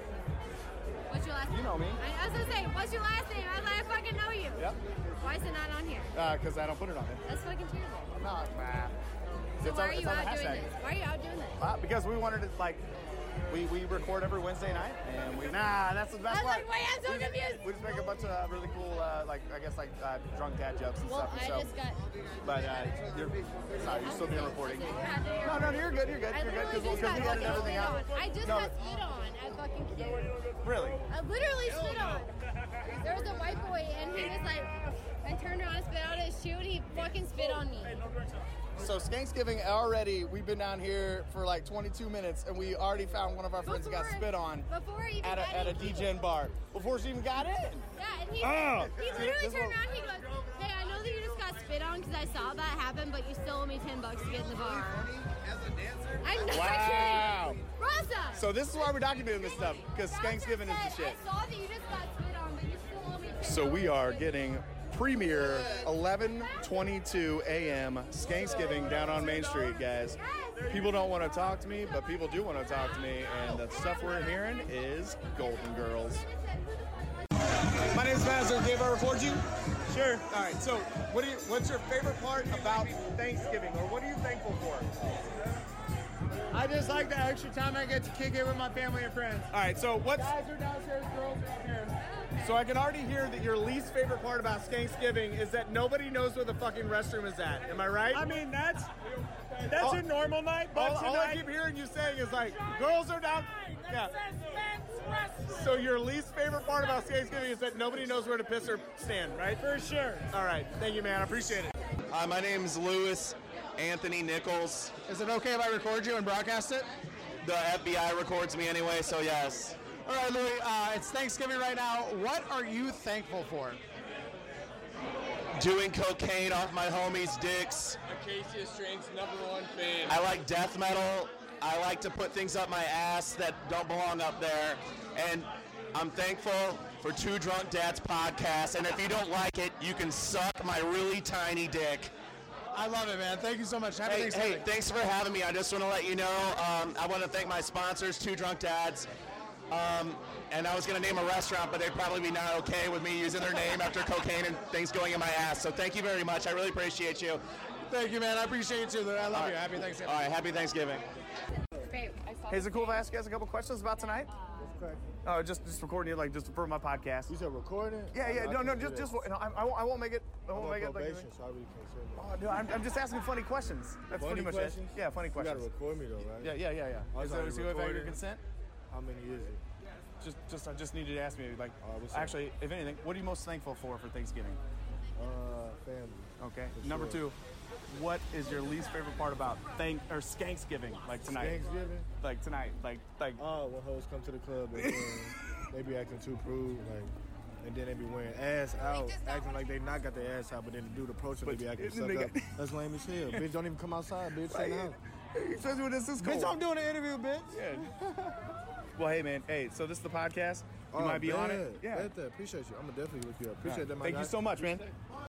What's your last name?
You know me.
I, I was gonna say, what's your last name? I was like, I fucking know you.
Yep.
Why is it not on here?
Because Uh, I don't put it on it.
That's fucking terrible.
Nah, nah.
So
It's
why
on-
are
it's
you
on the
out doing
hashtag.
this? Why are you out doing this?
Uh, because we wanted it like we, we record every Wednesday night and we nah that's the best
I was
part.
like, wait, I'm so
we, just-
confused.
We just make a bunch of really cool uh, like I guess like uh, drunk dad jokes and
Well,
stuff.
I
so,
just got.
but uh, you're it's not, you're still being recording. No,
No,
no, you're good. You're good.
I
You're good.
literally
Because we'll,
just
cause
got
we'll edit
fucking
everything out.
spit on. I just
No,
got spit on at fucking Q.
really.
I literally spit on. There was a white boy and he was like, I turned around, spit out his shoe, and he fucking spit on me.
So Skanksgiving already. We've been down here for like 22 minutes, and we already found one of our friends got
Before-
spit on
Before even
at a,
got
at a
in.
DJN bar before she even got in.
Yeah, and he,
Oh!
he
See,
literally
this
turned
one-
around, he goes, Hey, I know that you just got spit on because I saw that happen, but you still owe me 10 bucks to get in the bar. I'm not
Wow.
kidding. Rosa!
So this is why we're documenting this stuff because
Rosa
Skanksgiving
said,
is the shit.
I saw that you just got spit on, but you still owe me 10
So we
bucks
are
to get in
getting premiere 11:22 a.m. Skanksgiving down on Main Street, guys. People don't want to talk to me, but people do want to talk to me, and the stuff we're hearing is Golden Girls. My name's Master. Dave, I record you? Sure. All right. So, what do you, what's your favorite part about Thanksgiving, or what are you thankful for?
I just like the extra time I get to kick it with my family and friends.
All right. So what's
Guys are downstairs. Girls are up here.
so I can already hear that your least favorite part about Thanksgiving is that nobody knows where the fucking restroom is at. Am I right?
I mean, that's that's
All-
a normal night, but
all, all
tonight.
I keep hearing you saying is like, girls are down. Yeah. So your least favorite part about Thanksgiving is that nobody knows where to piss or stand, right?
for sure.
All right. Thank you, man. I appreciate it. Hi, my name's Lewis Anthony Nichols. Is it okay if I record you and broadcast it?
the FBI records me anyway, so yes.
All right, Louis, uh, it's Thanksgiving right now. What are you thankful for?
Doing cocaine off my homies' dicks.
Acacia Strain's number one fan.
I like death metal. I like to put things up my ass that don't belong up there. And I'm thankful for Two Drunk Dads podcast. And if you don't like it, you can suck my really tiny dick.
I love it, man. Thank you so much. Happy
Hey,
Thanksgiving.
hey, thanks for having me. I just want to let you know um, I want to thank my sponsors, Two Drunk Dads. Um, and I was going to name a restaurant, but they'd probably be not okay with me using their name after cocaine and things going in my ass. So thank you very much. I really appreciate you.
Thank you, man. I appreciate you too. Lou. I love
All
you.
right.
Happy Thanksgiving.
All right, happy Thanksgiving.
Great.
Hey, is it cool if I ask you guys a couple questions about tonight? Oh, just just recording it, like just for my podcast. You
said recording?
Yeah, yeah, no, no, just just no, I, I, won't, I won't make it. I
I'm
won't
on
make it. Like,
probation, so I really can't say
oh, no, I'm, I'm just asking funny questions. That's
Funny
pretty much
questions?
it. Yeah, funny
You gotta
questions.
record me though, right?
Yeah, yeah, yeah, yeah.
I
Is
was
there-
already
is there without your
recording.
consent?
How many is it?
Just, just, I just needed to ask me like,
what's up?
actually, if anything, what are you most thankful for for Thanksgiving?
Uh, family.
Okay.
For
Number two,
sure.
what is your least favorite part about thank or Skanksgiving? Like tonight.
Thanksgiving?
Like tonight. Like like.
Oh, when hoes come to the club, they, um, they be acting too prude, like, and then they be wearing ass out, acting like they not got their ass out, but then the dude approaching, they be acting
and then they
stuck up.
got-
That's lame as hell. bitch, don't even come outside, bitch. Sit down.
Especially when this is cold.
Bitch, I'm doing an interview, bitch.
Well, hey man, hey. So this is the podcast. You
Oh,
might be on it.
bet. Bet that. Appreciate you. I'm gonna definitely look you up. Appreciate that, my
Thank
guy.
you so much, man.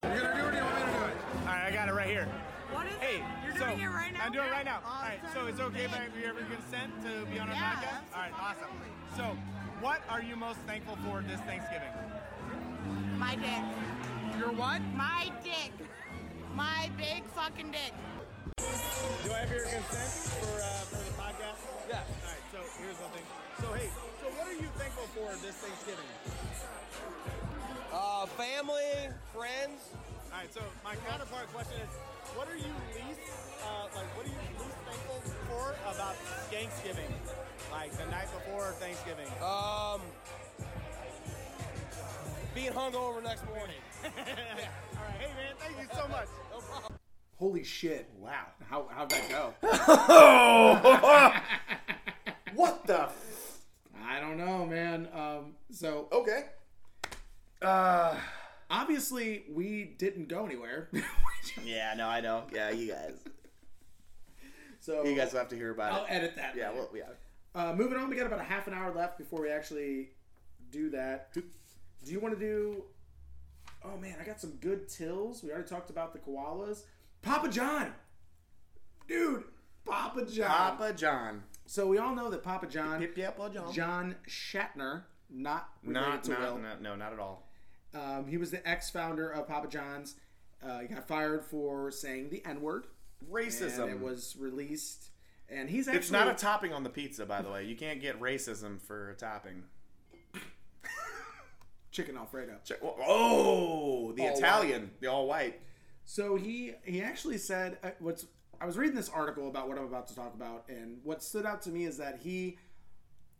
All right, I got it right here. What is hey, You're doing it right now? I'm doing it right now. All right, so it's okay if I if you ever consent to be on our podcast? All right, awesome. So, what are you most thankful for this Thanksgiving?
My dick.
Your what?
My dick. My big fucking dick.
Do I have your consent for, uh, for the podcast? Yeah. All right, so here's one thing. So, hey, so what are you thankful for this Thanksgiving?
Uh, family, friends.
All right, so my counterpart question is, what are you least, uh, like, what are you least thankful for about Thanksgiving? Like, the night before Thanksgiving?
Um, being hungover next morning.
All right, hey man, thank you so much. No problem.
Holy shit!
Ah,
Wow, how how'd that go? what the? I I don't know, man. Um, so
Oh.
okay. Uh, obviously we didn't go anywhere.
Yeah, no, I know. Yeah, you guys.
so
you guys will have to hear about it.
I'll edit that
Yeah,
later.
well, yeah.
uh, moving on, we got about a half an hour left before we actually do that. Do you want to do? Oh man, I got some good tills. We already talked about the koalas. Papa John, dude, Papa John.
Papa John.
So we all know that Papa John,
John.
John Shatner, not related
Not,
to
not,
Will.
not, no, not at all.
Um, he was the ex-founder of Papa John's. Uh, he got fired for saying the N-word.
Racism.
And it was released, and he's actually
It's not a topping on the pizza, by the way. You can't get racism for a topping.
chicken Alfredo.
Ch- Oh, the
All white.
Italian, the all white.
So he he actually said uh, what's I was reading this article about what I'm about to talk about, and what stood out to me is that he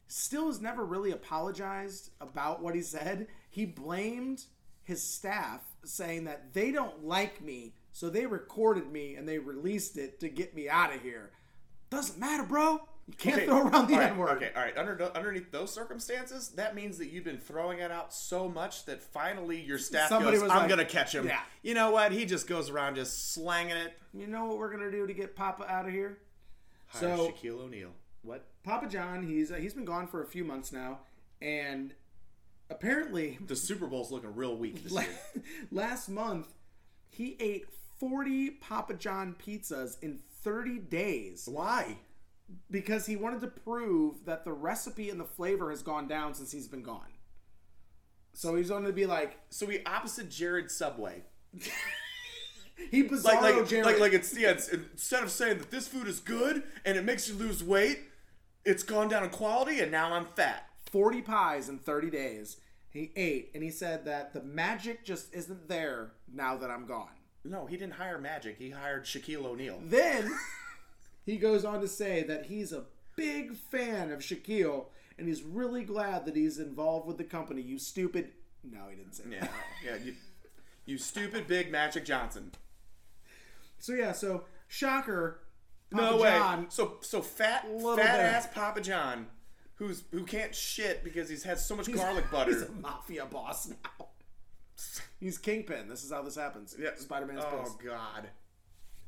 still has never really apologized about what he said. He blamed his staff, saying that they don't like me, so they recorded me and they released it to get me out of here. Doesn't matter, bro. You can't
Okay,
throw around the
all right,
N word.
Okay, all right. Under, underneath those circumstances, that means that you've been throwing it out so much that finally your staff
Somebody
goes,
was
"I'm
like,
gonna catch him."
yeah.
You know what? He just goes around just slanging it.
You know what we're gonna do to get Papa out of here?
Hi,
So-
Shaquille O'Neal. What?
Papa John, he's uh, he's been gone for a few months now, and apparently
The Super Bowl's looking real weak this
La-
year.
last month he ate 40 Papa John pizzas in 30 days.
Why?
Because he wanted to prove that the recipe and the flavor has gone down since he's been gone. So he's going to be like
So we opposite Jared Subway.
he bizarro
Like, like,
Jared.
like, like it's yeah. It's, instead of saying that this food is good and it makes you lose weight, it's gone down in quality, and now I'm fat.
40 pies in 30 days. He ate and he said that the magic just isn't there now that I'm gone.
No, he didn't hire Magic. He hired Shaquille O'Neal.
Then he goes on to say that he's a big fan of Shaquille and he's really glad that he's involved with the company. You stupid. No, he didn't say
Yeah,
that.
yeah. You, you stupid big Magic Johnson.
So, yeah, so shocker.
no
Papa
way.
John.
So so fat
Little
fat
bit.
ass Papa John, who's who can't shit because he's had so much garlic butter.
He's a mafia boss now. He's kingpin. This is how this happens. Yeah, Spider Man's.
Oh,
God.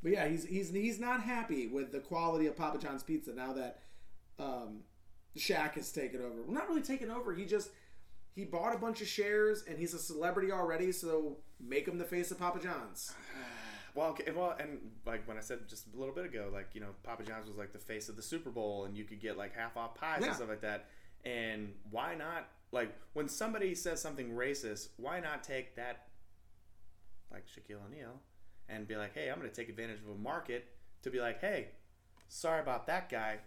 But yeah, he's he's he's not happy with the quality of Papa John's pizza now that um, Shaq has taken over. Well, not really taken over. He just he bought a bunch of shares and he's a celebrity already. So make him the face of Papa John's.
Well, okay, well, and like when I said just a little bit ago, like you know, Papa John's was like the face of the Super Bowl, and you could get like half off pies
Yeah.
and stuff like that. And why not? Like when somebody says something racist, why not take that, like Shaquille O'Neal, and be like, hey, I'm going to take advantage of a market to be like, hey, sorry about that guy,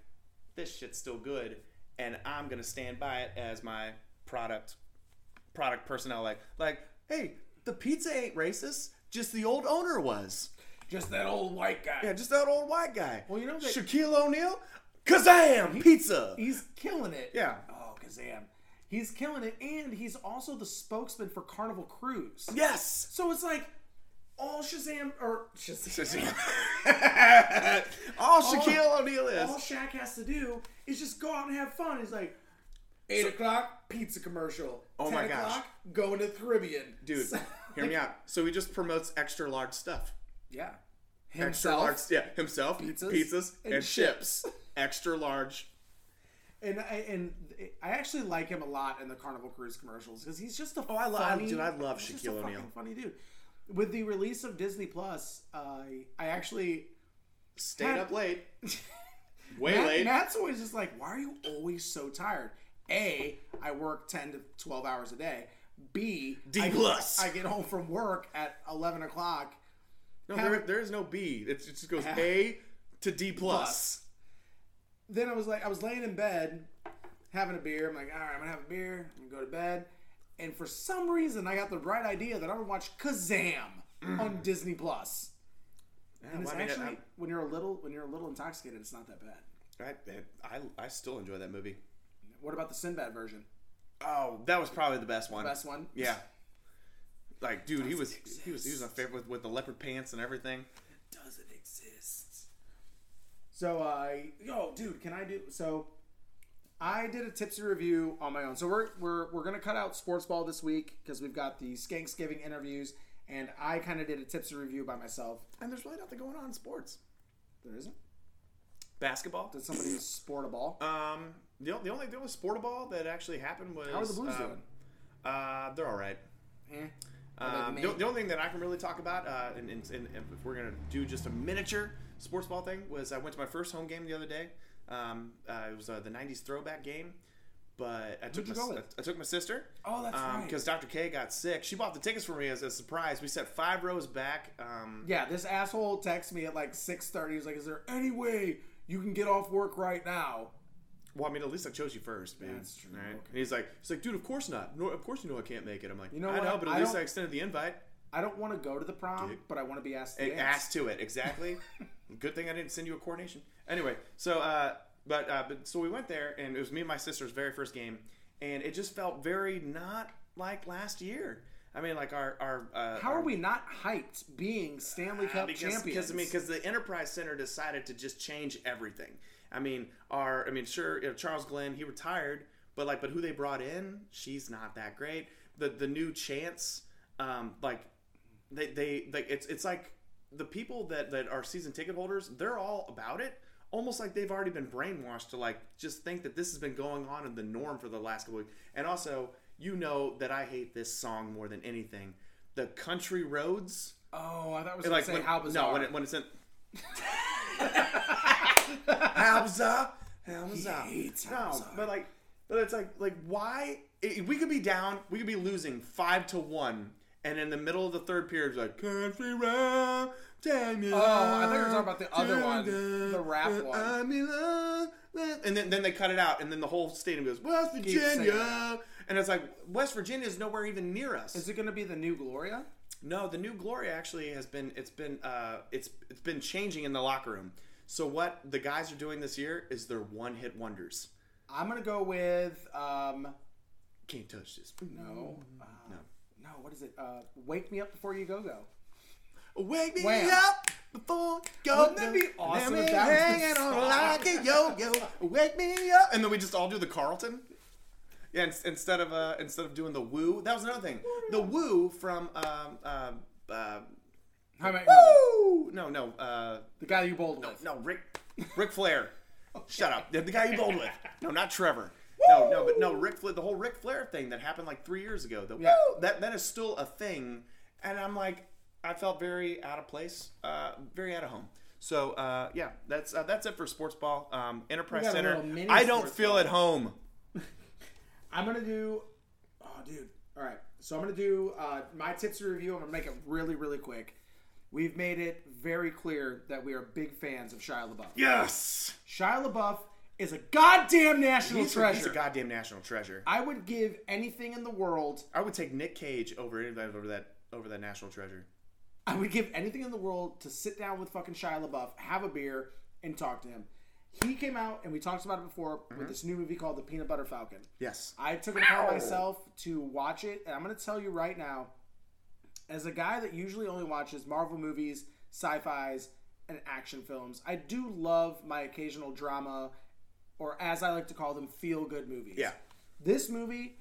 this shit's still good, and I'm going to stand by it as my product product personnel like like hey the pizza ain't racist just the old owner was
just that old white guy
yeah just that old white guy well
you know that-
shaquille o'neal kazam pizza
He's killing it.
yeah
Oh, Kazam. He's killing it, and he's also the spokesman for Carnival Cruise.
Yes.
So it's like all Shazam or Shazam.
All Shaquille O'Neal is.
All Shaq has to do is just go out and have fun. He's like eight o'clock pizza commercial.
Oh
10
my gosh.
O'clock, going to the Caribbean,
dude
So-
hear me out so he just promotes extra large stuff
Yeah.
extra
Himself.
large yeah himself pizzas, pizzas and,
and
chips extra large
And I, and I actually like him a lot in the Carnival Cruise commercials because he's just a
oh I love- I-
funny,
dude, I love
he's just a
Shaquille
fucking
O'Neal.
funny dude. With the release of Disney Plus, I I actually
stayed
Had-
up late way
Matt-
late
Matt's always just like, why are you always so tired? A, I work ten to twelve hours a day. B,
D
I-
plus.
I get home from work at eleven o'clock.
no
Had-
there, there is no b it's, it just goes
Had-
a to d plus.
Plus. then I was like, I was laying in bed having a beer. I'm like, all right, I'm gonna have a beer. I'm gonna go to bed. And for some reason, I got the bright idea that I'm gonna watch Kazam
Mm.
on Disney Plus. and it's
well, I mean,
actually
I'm-
when you're a little when you're a little intoxicated, it's not that bad.
I, I, I still enjoy that movie.
What about the Sinbad version?
Oh, that was probably the best one.
Best one?
Yeah. Like, dude, he was he was he was on favorite with, with the leopard pants and everything.
Doesn't exist. So I, yo, dude, can I do so? I did a tipsy review on my own. So we're we're we're gonna cut out sports ball this week because we've got the Skanksgiving interviews, and I kind of did a tipsy review by myself.
And there's really nothing going on in sports.
There isn't.
Basketball.
Did somebody sport a ball?
Um, the, o- the only the only sport a ball that actually happened was
How are the Blues
um,
doing?
Uh, they're all right.
Eh.
Um,
Like
the,
me.
the only thing that I can really talk about, uh, and, and, and if we're gonna do just a miniature sports ball thing, was I went to my first home game the other day. Um, uh, it was uh, the '90s throwback game, but I took
you
my
go
I,
with?
I took my sister.
Oh, that's right.
Because Dr. K got sick, she bought the tickets for me as a surprise. We sat five rows back. Um,
Yeah, this asshole texted me at like six thirty. He's like, "Is there any way you can get off work right now?"
Well, I mean, at least I chose you first, man.
That's true.
All right? And he's like, he's like, dude, of course not. No, of course you know I can't make it. I'm like,
You know
I
what?
know, but at
I
least
don't-
I extended the invite.
I don't want to go to the prom, but I want to be asked. To
It
dance.
asked to it exactly. Good thing I didn't send you a coordination. Anyway, so uh, but uh, but so we went there, and it was me and my sister's very first game, and it just felt very not like last year. I mean, like our our uh,
How
our-
are we not hyped being Stanley
Uh,
Cup
because,
champions?
Because I mean, because the Enterprise Center decided to just change everything. I mean, our I mean, sure, you know, Charles Glenn he retired, but like, but who they brought in, she's not that great. The the new chance, um, like they they like it's it's like the people that that are season ticket holders, they're all about it. Almost like they've already been brainwashed to like just think that this has been going on in the norm for the last couple weeks. And also, you know that I hate this song more than anything. The country roads.
oh, I thought I was
And,
gonna say
when,
how bizarre.
No, when it when it's in. how bizarre? How bizarre? no, but like, but it's like like why i we could be down, we could be losing five to one, and in the middle of the third period, it's like country road. Tell me
Oh, I
love,
thought you were talking about the other
tell
one,
me
the rap
that
one.
I'm in love, that- And then, then they cut it out, and then the whole stadium goes, West
Keep singing.
Virginia! And it's like, West Virginia is nowhere even near us.
Is it going to be the new Gloria?
No, the new Gloria actually has been it's been uh it's it's been changing in the locker room. So what the guys are doing this year is they're one hit wonders.
I'm gonna go with um.
Can't touch this.
No. Uh,
No.
no. What is it? Uh, wake me up before you go go.
Wake me
Wham.
up before go. Wouldn't that be awesome? Let me hang it on like a yo yo. Wake me up. And then we just all do the Carlton. Yeah, in, instead of uh, instead of doing the woo, that was another thing. The woo from um um uh,
How about
woo? No, no. Uh,
the guy you bowled
no, with. No, Rick Rick Flair. Shut up. The guy you bowled with. No, not Trevor. No, no, but no, Rick Flair, the whole Ric Flair thing that happened like three years ago. The,
Yeah.
woo, that that is still a thing, and I'm like, I felt very out of place, uh, very out of home. So uh, yeah, that's uh, that's it for sports ball. Um, Enterprise
We got a
Center.
little mini
I don't
sports
feel
ball.
at home.
I'm gonna do. Oh, dude. All right. So I'm gonna do uh, my tipsy review. I'm gonna make it really, really quick. We've made it very clear that we are big fans of Shia LaBeouf.
Yes.
Shia LaBeouf is a goddamn national
He's a-
treasure.
he's a goddamn national treasure.
I would give anything in the world.
I would take Nick Cage over anybody over that over that national treasure.
I would give anything in the world to sit down with fucking Shia LaBeouf, have a beer, and talk to him. He came out, and we talked about it before, with
Mhm.
this new movie called The Peanut Butter Falcon.
Yes.
I took it upon
Ow.
myself to watch it, and I'm going to tell you right now, as a guy that usually only watches Marvel movies, sci-fi's, and action films, I do love my occasional drama, or as I like to call them, feel-good movies.
Yeah.
This movie,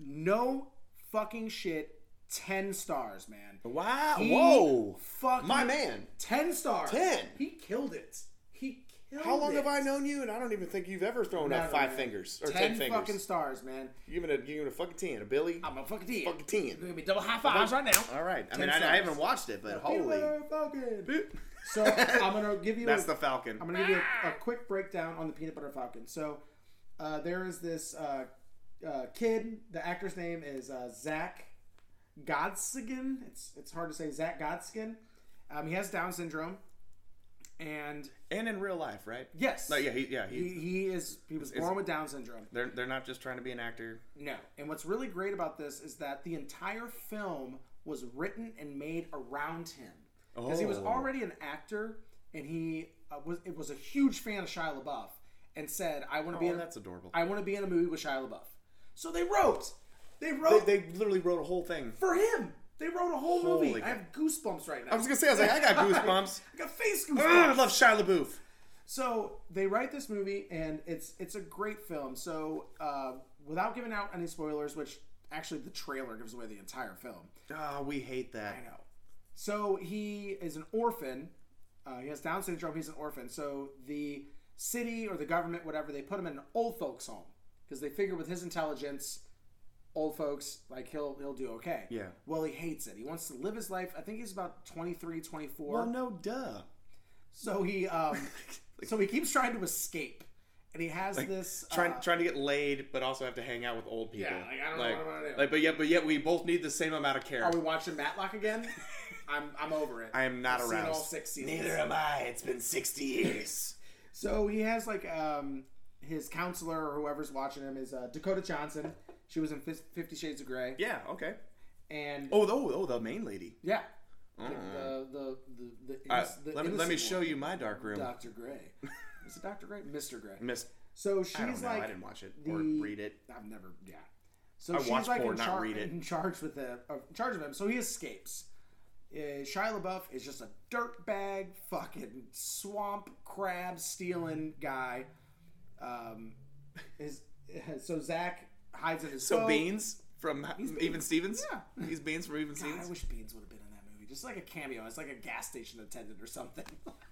no fucking shit, ten stars, man.
Wow!
He
Whoa!
fucking
my man.
ten stars.
10.
He killed it. He killed
How long
it.
have I known you? And I don't even think you've ever thrown
No,
up
no,
five
no.
fingers or ten, fingers.
fucking stars, man.
You giving a you giving a fucking ten, a Billy?
I'm a fucking ten.
Fucking ten.
Give me double high fives right now.
All right. I
Ten
mean, I,
stars.
I haven't watched it,
Peanut
but holy,
butter Falcon. so I'm gonna give you.
that's
a,
the Falcon.
I'm gonna give you a, a quick breakdown on the peanut butter falcon. So uh, there is this uh, uh, kid. The actor's name is uh, Zach Godsigan. It's it's hard to say Zach Godskin. Um, he has Down syndrome, and
and in real life, right?
Yes.
No, yeah, he, yeah, he,
he, he is he was
It's-
born with Down syndrome.
They're they're not just trying to be an actor. Oh,
No. And what's really great about this is that the entire film was written and made around him because he was
Oh.
already an actor, and he uh, was it was a huge fan of Shia LaBeouf, and said, "I want to be
Oh,
in
that's adorable.
I want to be in a movie with Shia LaBeouf." So they wrote, they
They,
wrote
they literally wrote a whole thing.
for him. They wrote a whole
Holy
movie. I
cow.
have goosebumps right now.
I was gonna say, I was like, I got goosebumps. Ah!
I got face
Ugh,
goosebumps.
I love Shia LaBeouf.
So they write this movie, and it's it's a great film. So uh, without giving out any spoilers, which actually the trailer gives away the entire film.
Ah, we hate that.
I know. So he is an orphan. Uh, he has Down syndrome. He's an orphan. So the city or the government, whatever, they put him in an old folks home because they figure with his intelligence, old folks like he'll he'll do okay.
Yeah.
Well, he hates it. He wants to live his life. I think he's about 23, 24.
Well, Oh, no, duh.
So he um, so he keeps trying to escape, and he has this
Trying
uh,
trying to get laid, but also have to hang out with old people.
Yeah, like, I don't know
like,
what I wanna do.
like, but yet, but yet, we both need the same amount of care.
Are we watching Matlock again? I'm I'm over it.
I am not
I've seen
aroused.
all six seasons.
Neither am I. It's been sixty years.
So he has like um his counselor or whoever's watching him is uh, Dakota Johnson. She was in Fif- Fifty Shades of Grey.
Yeah. Okay.
And
Oh, oh, oh, the main lady.
yeah,
Mm.
Like, the the the, the,
Uh,
innoc- the
let me let me
innocent
show
one.
you my dark room.
Doctor Gray. Is it Doctor Gray? Mister Gray.
Miss.
So
I don't
she's
know.
like
I didn't watch it
the,
or read it.
I've never. Yeah. So
I
she's
watch
like
porn,
in,
not
char-
read it.
in charge with the uh, in charge of him. So he escapes. Uh, Shia LaBeouf is just a dirtbag, fucking swamp crab stealing guy. Um, is so Zach hides in his
So
boat.
Beans from Even Stevens.
Yeah.
he's Beans from Even
God, I
Stevens.
wish Beans would have been in that movie, just like a cameo. It's like a gas station attendant or something.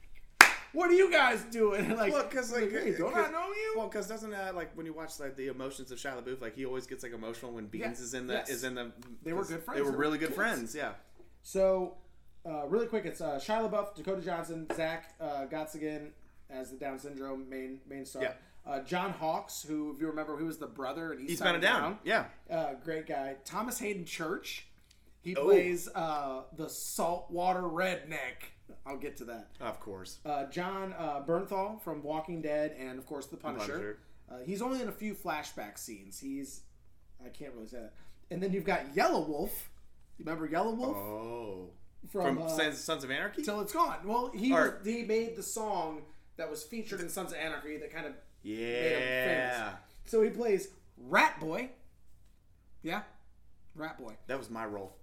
what are you guys doing? Like,
Well, because like, uh,
hey, don't I know you?
Well, because doesn't that like when you watch like the emotions of Shia LaBeouf, like he always gets like emotional when Beans
Yeah.
is in the
Yes.
is in the.
They were
'cause
good friends.
They were
They were
really good
kids.
friends. Yeah.
So, uh, really quick, it's uh, Shia LaBeouf, Dakota Johnson, Zach uh, Gottsagen as the Down syndrome main main star.
Yeah.
Uh, John Hawks, who if you remember, he was the brother and
He's Bound and Down. Yeah.
Uh, great guy. Thomas Hayden Church. He
Oh.
plays uh, the saltwater redneck. I'll get to that.
Of course.
Uh, John uh, Bernthal from Walking Dead, and of course The Punisher.
Punisher.
Uh, he's only in a few flashback scenes. He's I can't really say that. And then you've got Yellow Wolf. You remember Yellow Wolf?
Oh.
From,
From,
uh,
Sons, Sons of Anarchy.
Till it's gone. Well, he
Or-
was, he made the song that was featured in Sons of Anarchy that kind of made him
Yeah.
famous. So he plays Rat Boy. Yeah, Rat Boy.
That was my role.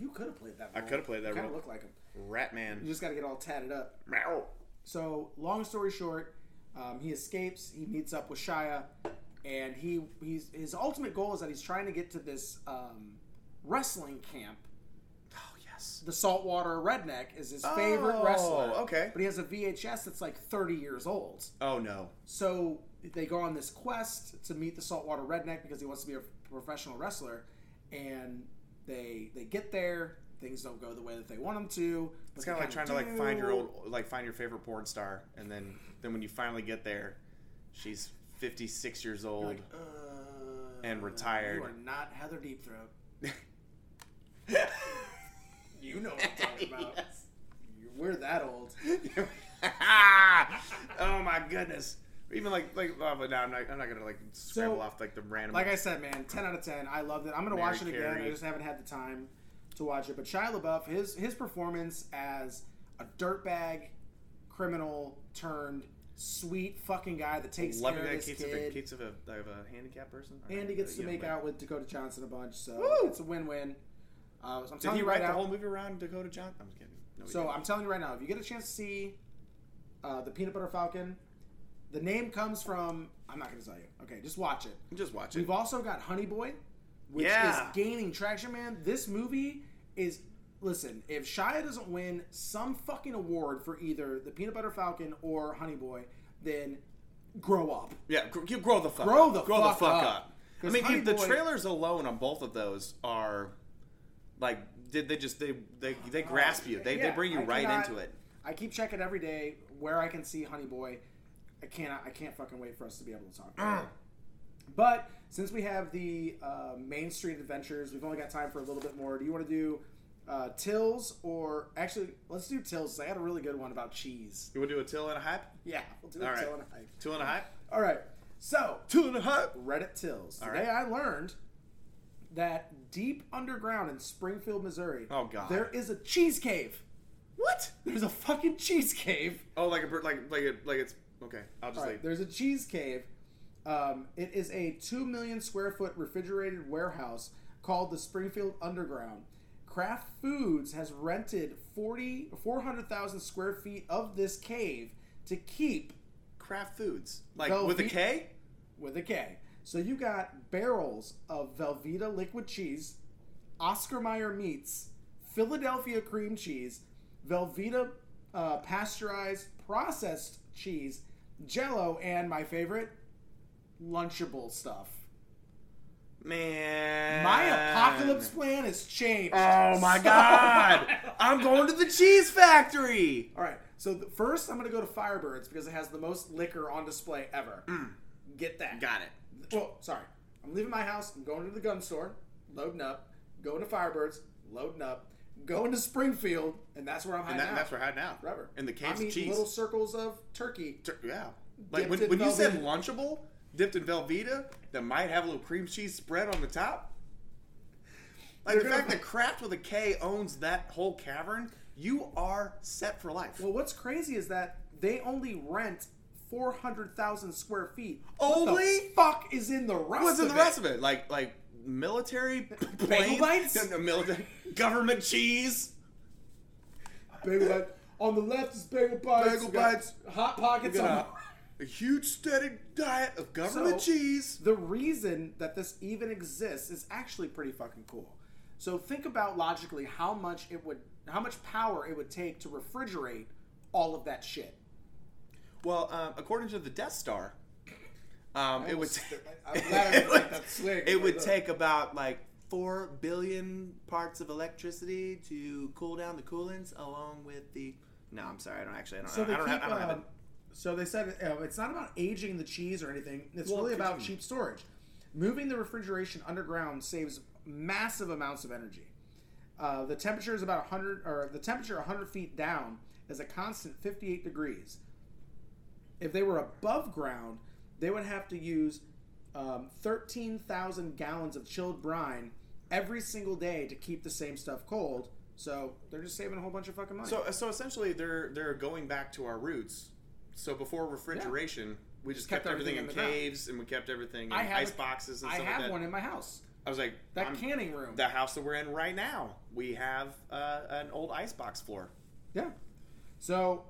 You could have played that.
I
role.
could have played that
Kind of
role.
looked like him.
Rat man.
You just got to get all tatted up. So, long story short, um, he escapes. He meets up with Shia, and he he's, his ultimate goal is that he's trying to get to this um, wrestling camp. Oh yes, the Saltwater Redneck is his favorite
Oh,
wrestler.
okay.
but he has a VHS that's like 30 years old.
Oh no.
So they go on this quest to meet the saltwater redneck because he wants to be a professional wrestler, and they they get there. Things don't go the way that they want them to. but
It's
they
kind of like trying
kinda
to like find your
do.
old like find your favorite porn star, and then then when you finally get there, she's 56 years old
like, "Oh,
and
Uh, You
retired.
are not Heather Deepthroat.
you know
what I'm talking about. We're that old.
oh my goodness. Even like like oh, but no, I'm not I'm not gonna like scramble off like the random.
Like I said, man, ten out of ten. I loved it. I'm gonna watch it
Mary
again. I
Carey.
just haven't had the time to watch it. But Shia LaBeouf, his his performance as a dirtbag criminal turned sweet fucking guy that takes care
loving
of
that
his
keeps of a
kid,
keeps of a, of a handicapped person. Or
and he
a
gets to
young
make
man.
out with Dakota Johnson a bunch. So
Woo!
it's a win-win. Uh, so I'm
Did
telling
he
you right
write the
now.
whole movie around Dakota Johnson? I'm just kidding. No, he
so
didn't.
I'm telling you right now, if you get a chance to see uh, the Peanut Butter Falcon, the name comes from. I'm not going to tell you. Okay, just watch it.
Just watch it.
We've also got Honey Boy, which
Yeah.
is gaining traction, man. This movie is. Listen, if Shia doesn't win some fucking award for either the Peanut Butter Falcon or Honey Boy, then grow up.
Yeah, gr- you grow the fuck
Grow
up.
the
grow
fuck
the fuck
up.
up. I
'Cause
mean,
Honey
if the
Boy-
trailers alone on both of those are like, did they just they they, they grasp you? They, they
Uh, Yeah,
bring you
I
right
cannot-
into it.
I keep checking every day where I can see Honey Boy. I cannot. I can't fucking wait for us to be able to talk. About it. But since we have the uh, Main Street Adventures, we've only got time for a little bit more. Do you want to do uh, Tills or actually let's do Tills. I had a really good one about cheese.
You want to do a till and a hype?
Yeah, we'll do a
All right.
Till and a hype.
Till and a hype.
All right. So
two and a hype.
Reddit Tills.
All
Today I
right.
learned that deep underground in Springfield, Missouri,
Oh god.
there is a cheese cave.
What?
There's a fucking cheese cave.
Oh, like a bur- like like it like it's okay. I'll just
All right,
like
there's a cheese cave. Um, it is a two million square foot refrigerated warehouse called the Springfield Underground. Kraft Foods has rented 40, 400,000 square feet of this cave to keep
Kraft Foods like with a
Velve-
K.
With a K. So you got barrels of Velveeta liquid cheese, Oscar Mayer meats, Philadelphia cream cheese, Velveeta uh, pasteurized processed cheese, Jello, and my favorite, Lunchable stuff.
Man,
My apocalypse plan has changed.
Oh my god! I'm going to the cheese factory.
All right. So the, first, I'm going to go to Firebirds because it has the most liquor on display ever. Get that.
Mm. Got it.
Well, sorry. I'm leaving my house. I'm going to the gun store, loading up. Going to Firebirds, loading up. Going to Springfield, and that's where I'm
And
hiding
that,
out.
that's where we're hiding out.
Forever.
In the caves
I'm
of
eating
cheese.
little circles of turkey.
Tur- yeah. Like
Dipped
when,
in
when you said
Velveeta.
Lunchable, dipped in Velveeta, that might have a little cream cheese spread on the top. Like
They're
the
gonna
fact that Kraft with a K owns that whole cavern, you are set for life.
Well, what's crazy is that they only rent 400,000 square feet. What the
Only?
fuck is in the rest
What's
of
in the
it?
rest of it? Like like military plane,
bites?
No, military government cheese.
Bagel bites. On the left is bagel bites.
Bagel
We got
bites.
Hot pockets.
We
On
got a huge steady diet of government
So,
cheese.
The reason that this even exists is actually pretty fucking cool. So think about logically how much it would, how much power it would take to refrigerate all of that shit.
Well, um, according to the Death Star, um, it would.
I'm glad I
it would-
that swig.
it would take about like four billion parts of electricity to cool down the coolants, along with the. No, I'm sorry, I don't actually. I don't.
So
I
they
don't,
keep.
have, I don't have it.
um, so they said uh, it's not about aging the cheese or anything. It's
Well,
really about
continue.
cheap storage. Moving the refrigeration underground saves massive amounts of energy. Uh, the temperature is about 100, or the temperature 100 feet down is a constant 58 degrees. If they were above ground, they would have to use um, 13,000 gallons of chilled brine every single day to keep the same stuff cold. So they're just saving a whole bunch of fucking money.
So, uh, so essentially, they're they're going back to our roots. So before refrigeration, we just kept,
Kept everything in
everything,
the
in
ground.
caves, and we kept everything in
I have
ice
a-
boxes and
I
stuff
have
like that.
one in my house.
I was like,
That
I'm-
canning room.
the house that we're in right now, we have uh, an old ice box floor.
Yeah. So,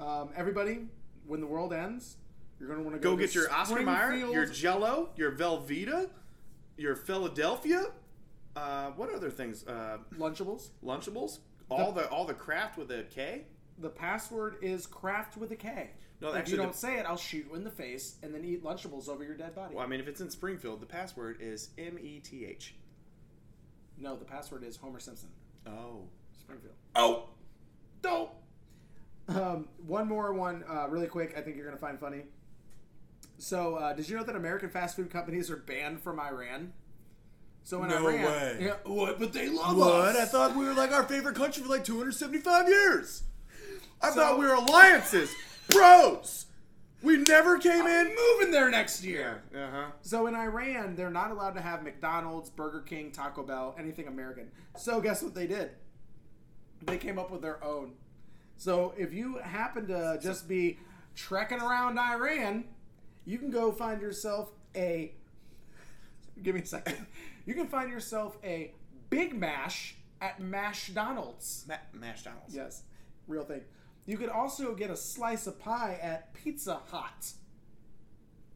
um, everybody, when the world ends, you're gonna want to
Go,
go, to
get your Oscar Mayer,
Springfield-
your Jello, your Velveeta, your Philadelphia. Uh, what other things? Uh,
Lunchables.
Lunchables. All the, all the craft with a K.
the password is craft with a K.
No,
if
actually,
you
the-
don't say it, I'll shoot you in the face and then eat Lunchables over your dead body.
Well, I mean, if it's in Springfield, the password is M E T H.
No, the password is Homer Simpson.
Oh.
Springfield.
Oh.
Dope. Um, one more one, uh, really quick. I think you're gonna find funny. So, uh, did you know that American fast food companies are banned from Iran? So in
No
Iran,
way.
Yeah, what? But they love
What?
us.
I thought we were like our favorite country for like 275 years. I
So-
thought we were alliances, bros. We never came in.
moving there next year.
Uh huh.
So in Iran, they're not allowed to have McDonald's, Burger King, Taco Bell, anything American. So guess what they did? They came up with their own. So if you happen to just be trekking around Iran, you can go find yourself a. Give me a second. You can find yourself a Big Mash at Mash Donald's.
Ma- Mash Donald's.
Yes, real thing. You could also get a slice of pie at Pizza Hut.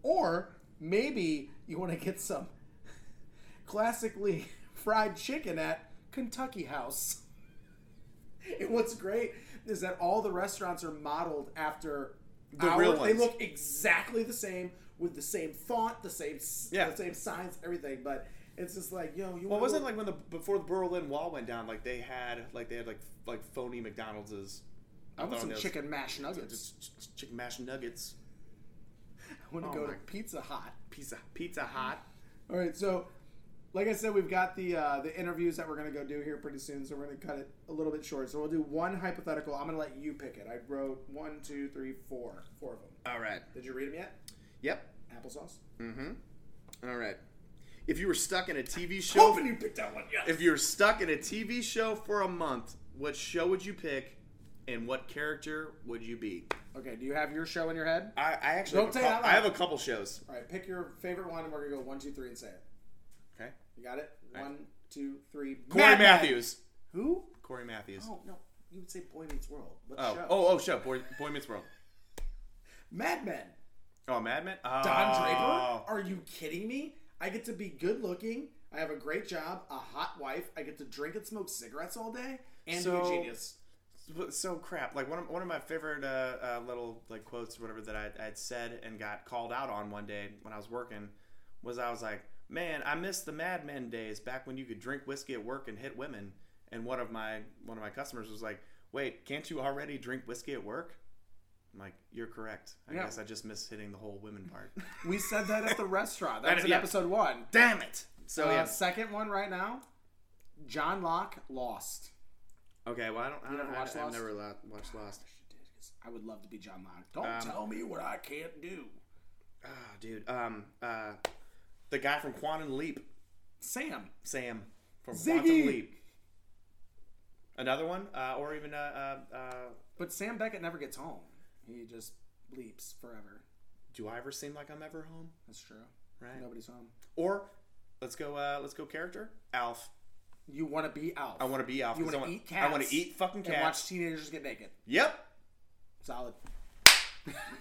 Or maybe you want to get some classically fried chicken at Kentucky House. And what's great is that all the restaurants are modeled after
The real
They
ones.
look exactly the same with the same font, the same s-
Yeah.
the same signs, everything. But it's just like, yo, you
Well,
wanna
wasn't
go-
like when the before the Berlin Wall went down, like they had like they had like like phony McDonald's.
I want
thought
some
it was-
chicken mash nuggets.
Just ch- ch- Chicken mash nuggets.
I want to
Oh
go to
my-
Pizza Hut.
Pizza Pizza Hut.
All right, so like I said, we've got the uh, the interviews that we're gonna go do here pretty soon, so we're gonna cut it a little bit short. So we'll do one hypothetical. I'm gonna let you pick it. I wrote one, two, three, four, four of them.
All right.
Did you read them yet?
Yep.
Applesauce.
Mm-hmm. All right. If you were stuck in a TV show,
Hoping you picked that one. Yes.
if you were stuck in a TV show for a month, what show would you pick, and what character would you be?
Okay. Do you have your show in your head?
I, I actually
Don't
have a
say it
cou-
out loud.
I have a couple shows.
All right. Pick your favorite one, and we're gonna go one, two, three, and say it.
Okay.
You got it. One, two, three.
Corey
Mad Men.
Matthews.
Who?
Corey Matthews.
Oh no, you would say Boy Meets World. What
Oh,
show?
oh, oh, show Boy, Boy Meets World.
Mad Men.
Oh, Mad Men. Oh.
Don Draper? Are you kidding me? I get to be good looking. I have a great job, a hot wife. I get to drink and smoke cigarettes all day, and be a genius.
so- So crap. Like one of, one of my favorite uh, uh, little like quotes or whatever that I I'd said and got called out on one day when I was working was I was like, man, I miss the Mad Men days back when you could drink whiskey at work and hit women. And one of my one of my customers was like, wait, can't you already drink whiskey at work? I'm like, you're correct. I
Yeah.
guess I just miss hitting the whole women part.
We said that at the restaurant. That
That
was
is-
in
yeah.
episode one.
Damn it. So
uh,
yes.
second one right now. John Locke lost.
Okay. Well, I don't. I
You
don't
never
I,
watched
I've
Lost?
never lo- watched Lost.
I would love to be John Locke. Don't
Um,
tell me what I can't do.
Ah, dude. Um. Uh. The guy from Quantum Leap.
Sam.
Sam from
Ziggy!
Quantum Leap. Another one, uh, or even uh, uh, uh,
But Sam Beckett never gets home. He just leaps forever.
do I ever seem like I'm ever home?
That's true.
Right.
Nobody's home.
Or let's go, uh, let's go character Alf.
You want to be Alf.
I want to be Alf.
You
'cause I
want to
wanna-
eat cats.
I want to eat fucking
And
cats.
watch teenagers get naked.
Yep.
Solid.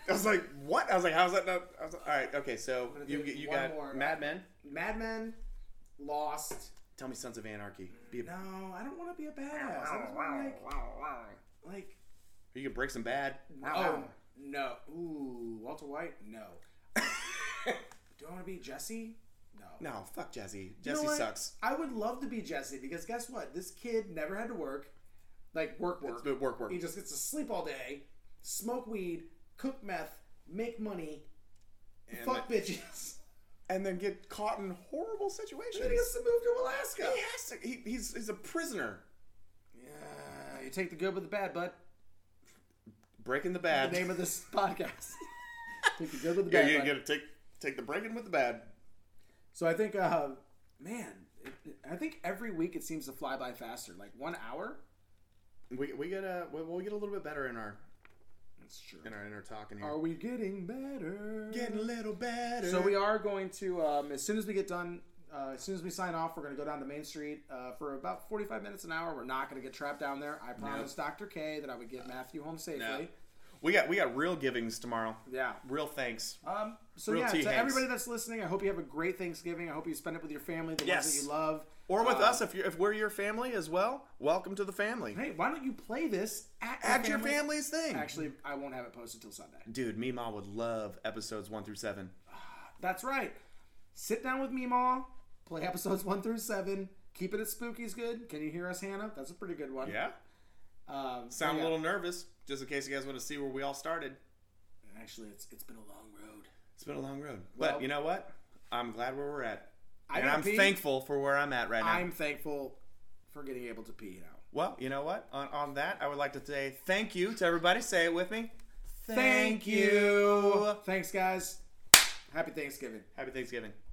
I was like, what? I was like, how's that? Not? I was like, all right, okay. So you
do
you
one
got
more.
Mad Men.
Mad Men, Lost.
Tell me, Sons of Anarchy. Be a,
No, I don't want to be a badass. I just want like, like,
You can break some bad.
oh no, ooh, Walter White, no. Do I want to be Jesse?
No, fuck Jesse.
You know
Jesse
what?
sucks.
I would love to be Jesse because guess what? This kid never had to work, like work, work,
It's- work, work.
He just gets to sleep all day, smoke weed, cook meth, make money,
And
fuck
then-
bitches.
and then get caught in horrible situations.
And then he has to move to Alaska.
He has to. He, he's, he's a prisoner.
Yeah, you take the good with the bad, bud.
Breaking the
The
bad.
name of this podcast. take the good with the
yeah,
bad.
you
bud.
gotta take take the breaking with the bad.
So I think, uh, man, it, it- I think every week it seems to fly by faster. Like one hour.
We we get a we, we'll get a little bit better in our
That's true.
in our in our talking here.
Are we getting better?
Getting a little better.
So we are going to, um, as soon as we get done uh, Uh, as soon as we sign off, we're going to go down to Main Street uh, for about 45 minutes an hour. We're not going to get trapped down there. I promised Dr. K that I would get Matthew home safely.
No. We got we got real givings tomorrow.
Yeah.
Real thanks.
Um, So
real
yeah,
tea
to
hanks.
everybody that's listening, I hope you have a great Thanksgiving. I hope you spend it with your family, the ones that
Yes.
you love,
Or with
Uh,
us if you're if we're your family as well. Welcome to the family.
Hey, why don't you play this at,
At your family's thing?
Actually, I won't have it posted till Sunday.
Dude, Meemaw would love episodes one through seven.
That's right. Sit down with Meemaw, play episodes one through seven. Keep it at Spooky's good. Can you hear us, Hannah? That's a pretty good one.
Yeah.
Um, so
Sound
yeah.
a little nervous, just in case you guys want to see where we all started.
Actually, it's it's been a long road.
It's been a long road,
Well-
but you know what? I'm glad where we're at,
I
and
gotta
I'm
pee.
thankful for where I'm at right now.
I'm thankful for getting able to pee now.
Well, you know what? On, on that, I would like to say thank you to everybody. Say it with me.
Thank you. Thanks, guys. Happy Thanksgiving.
Happy Thanksgiving.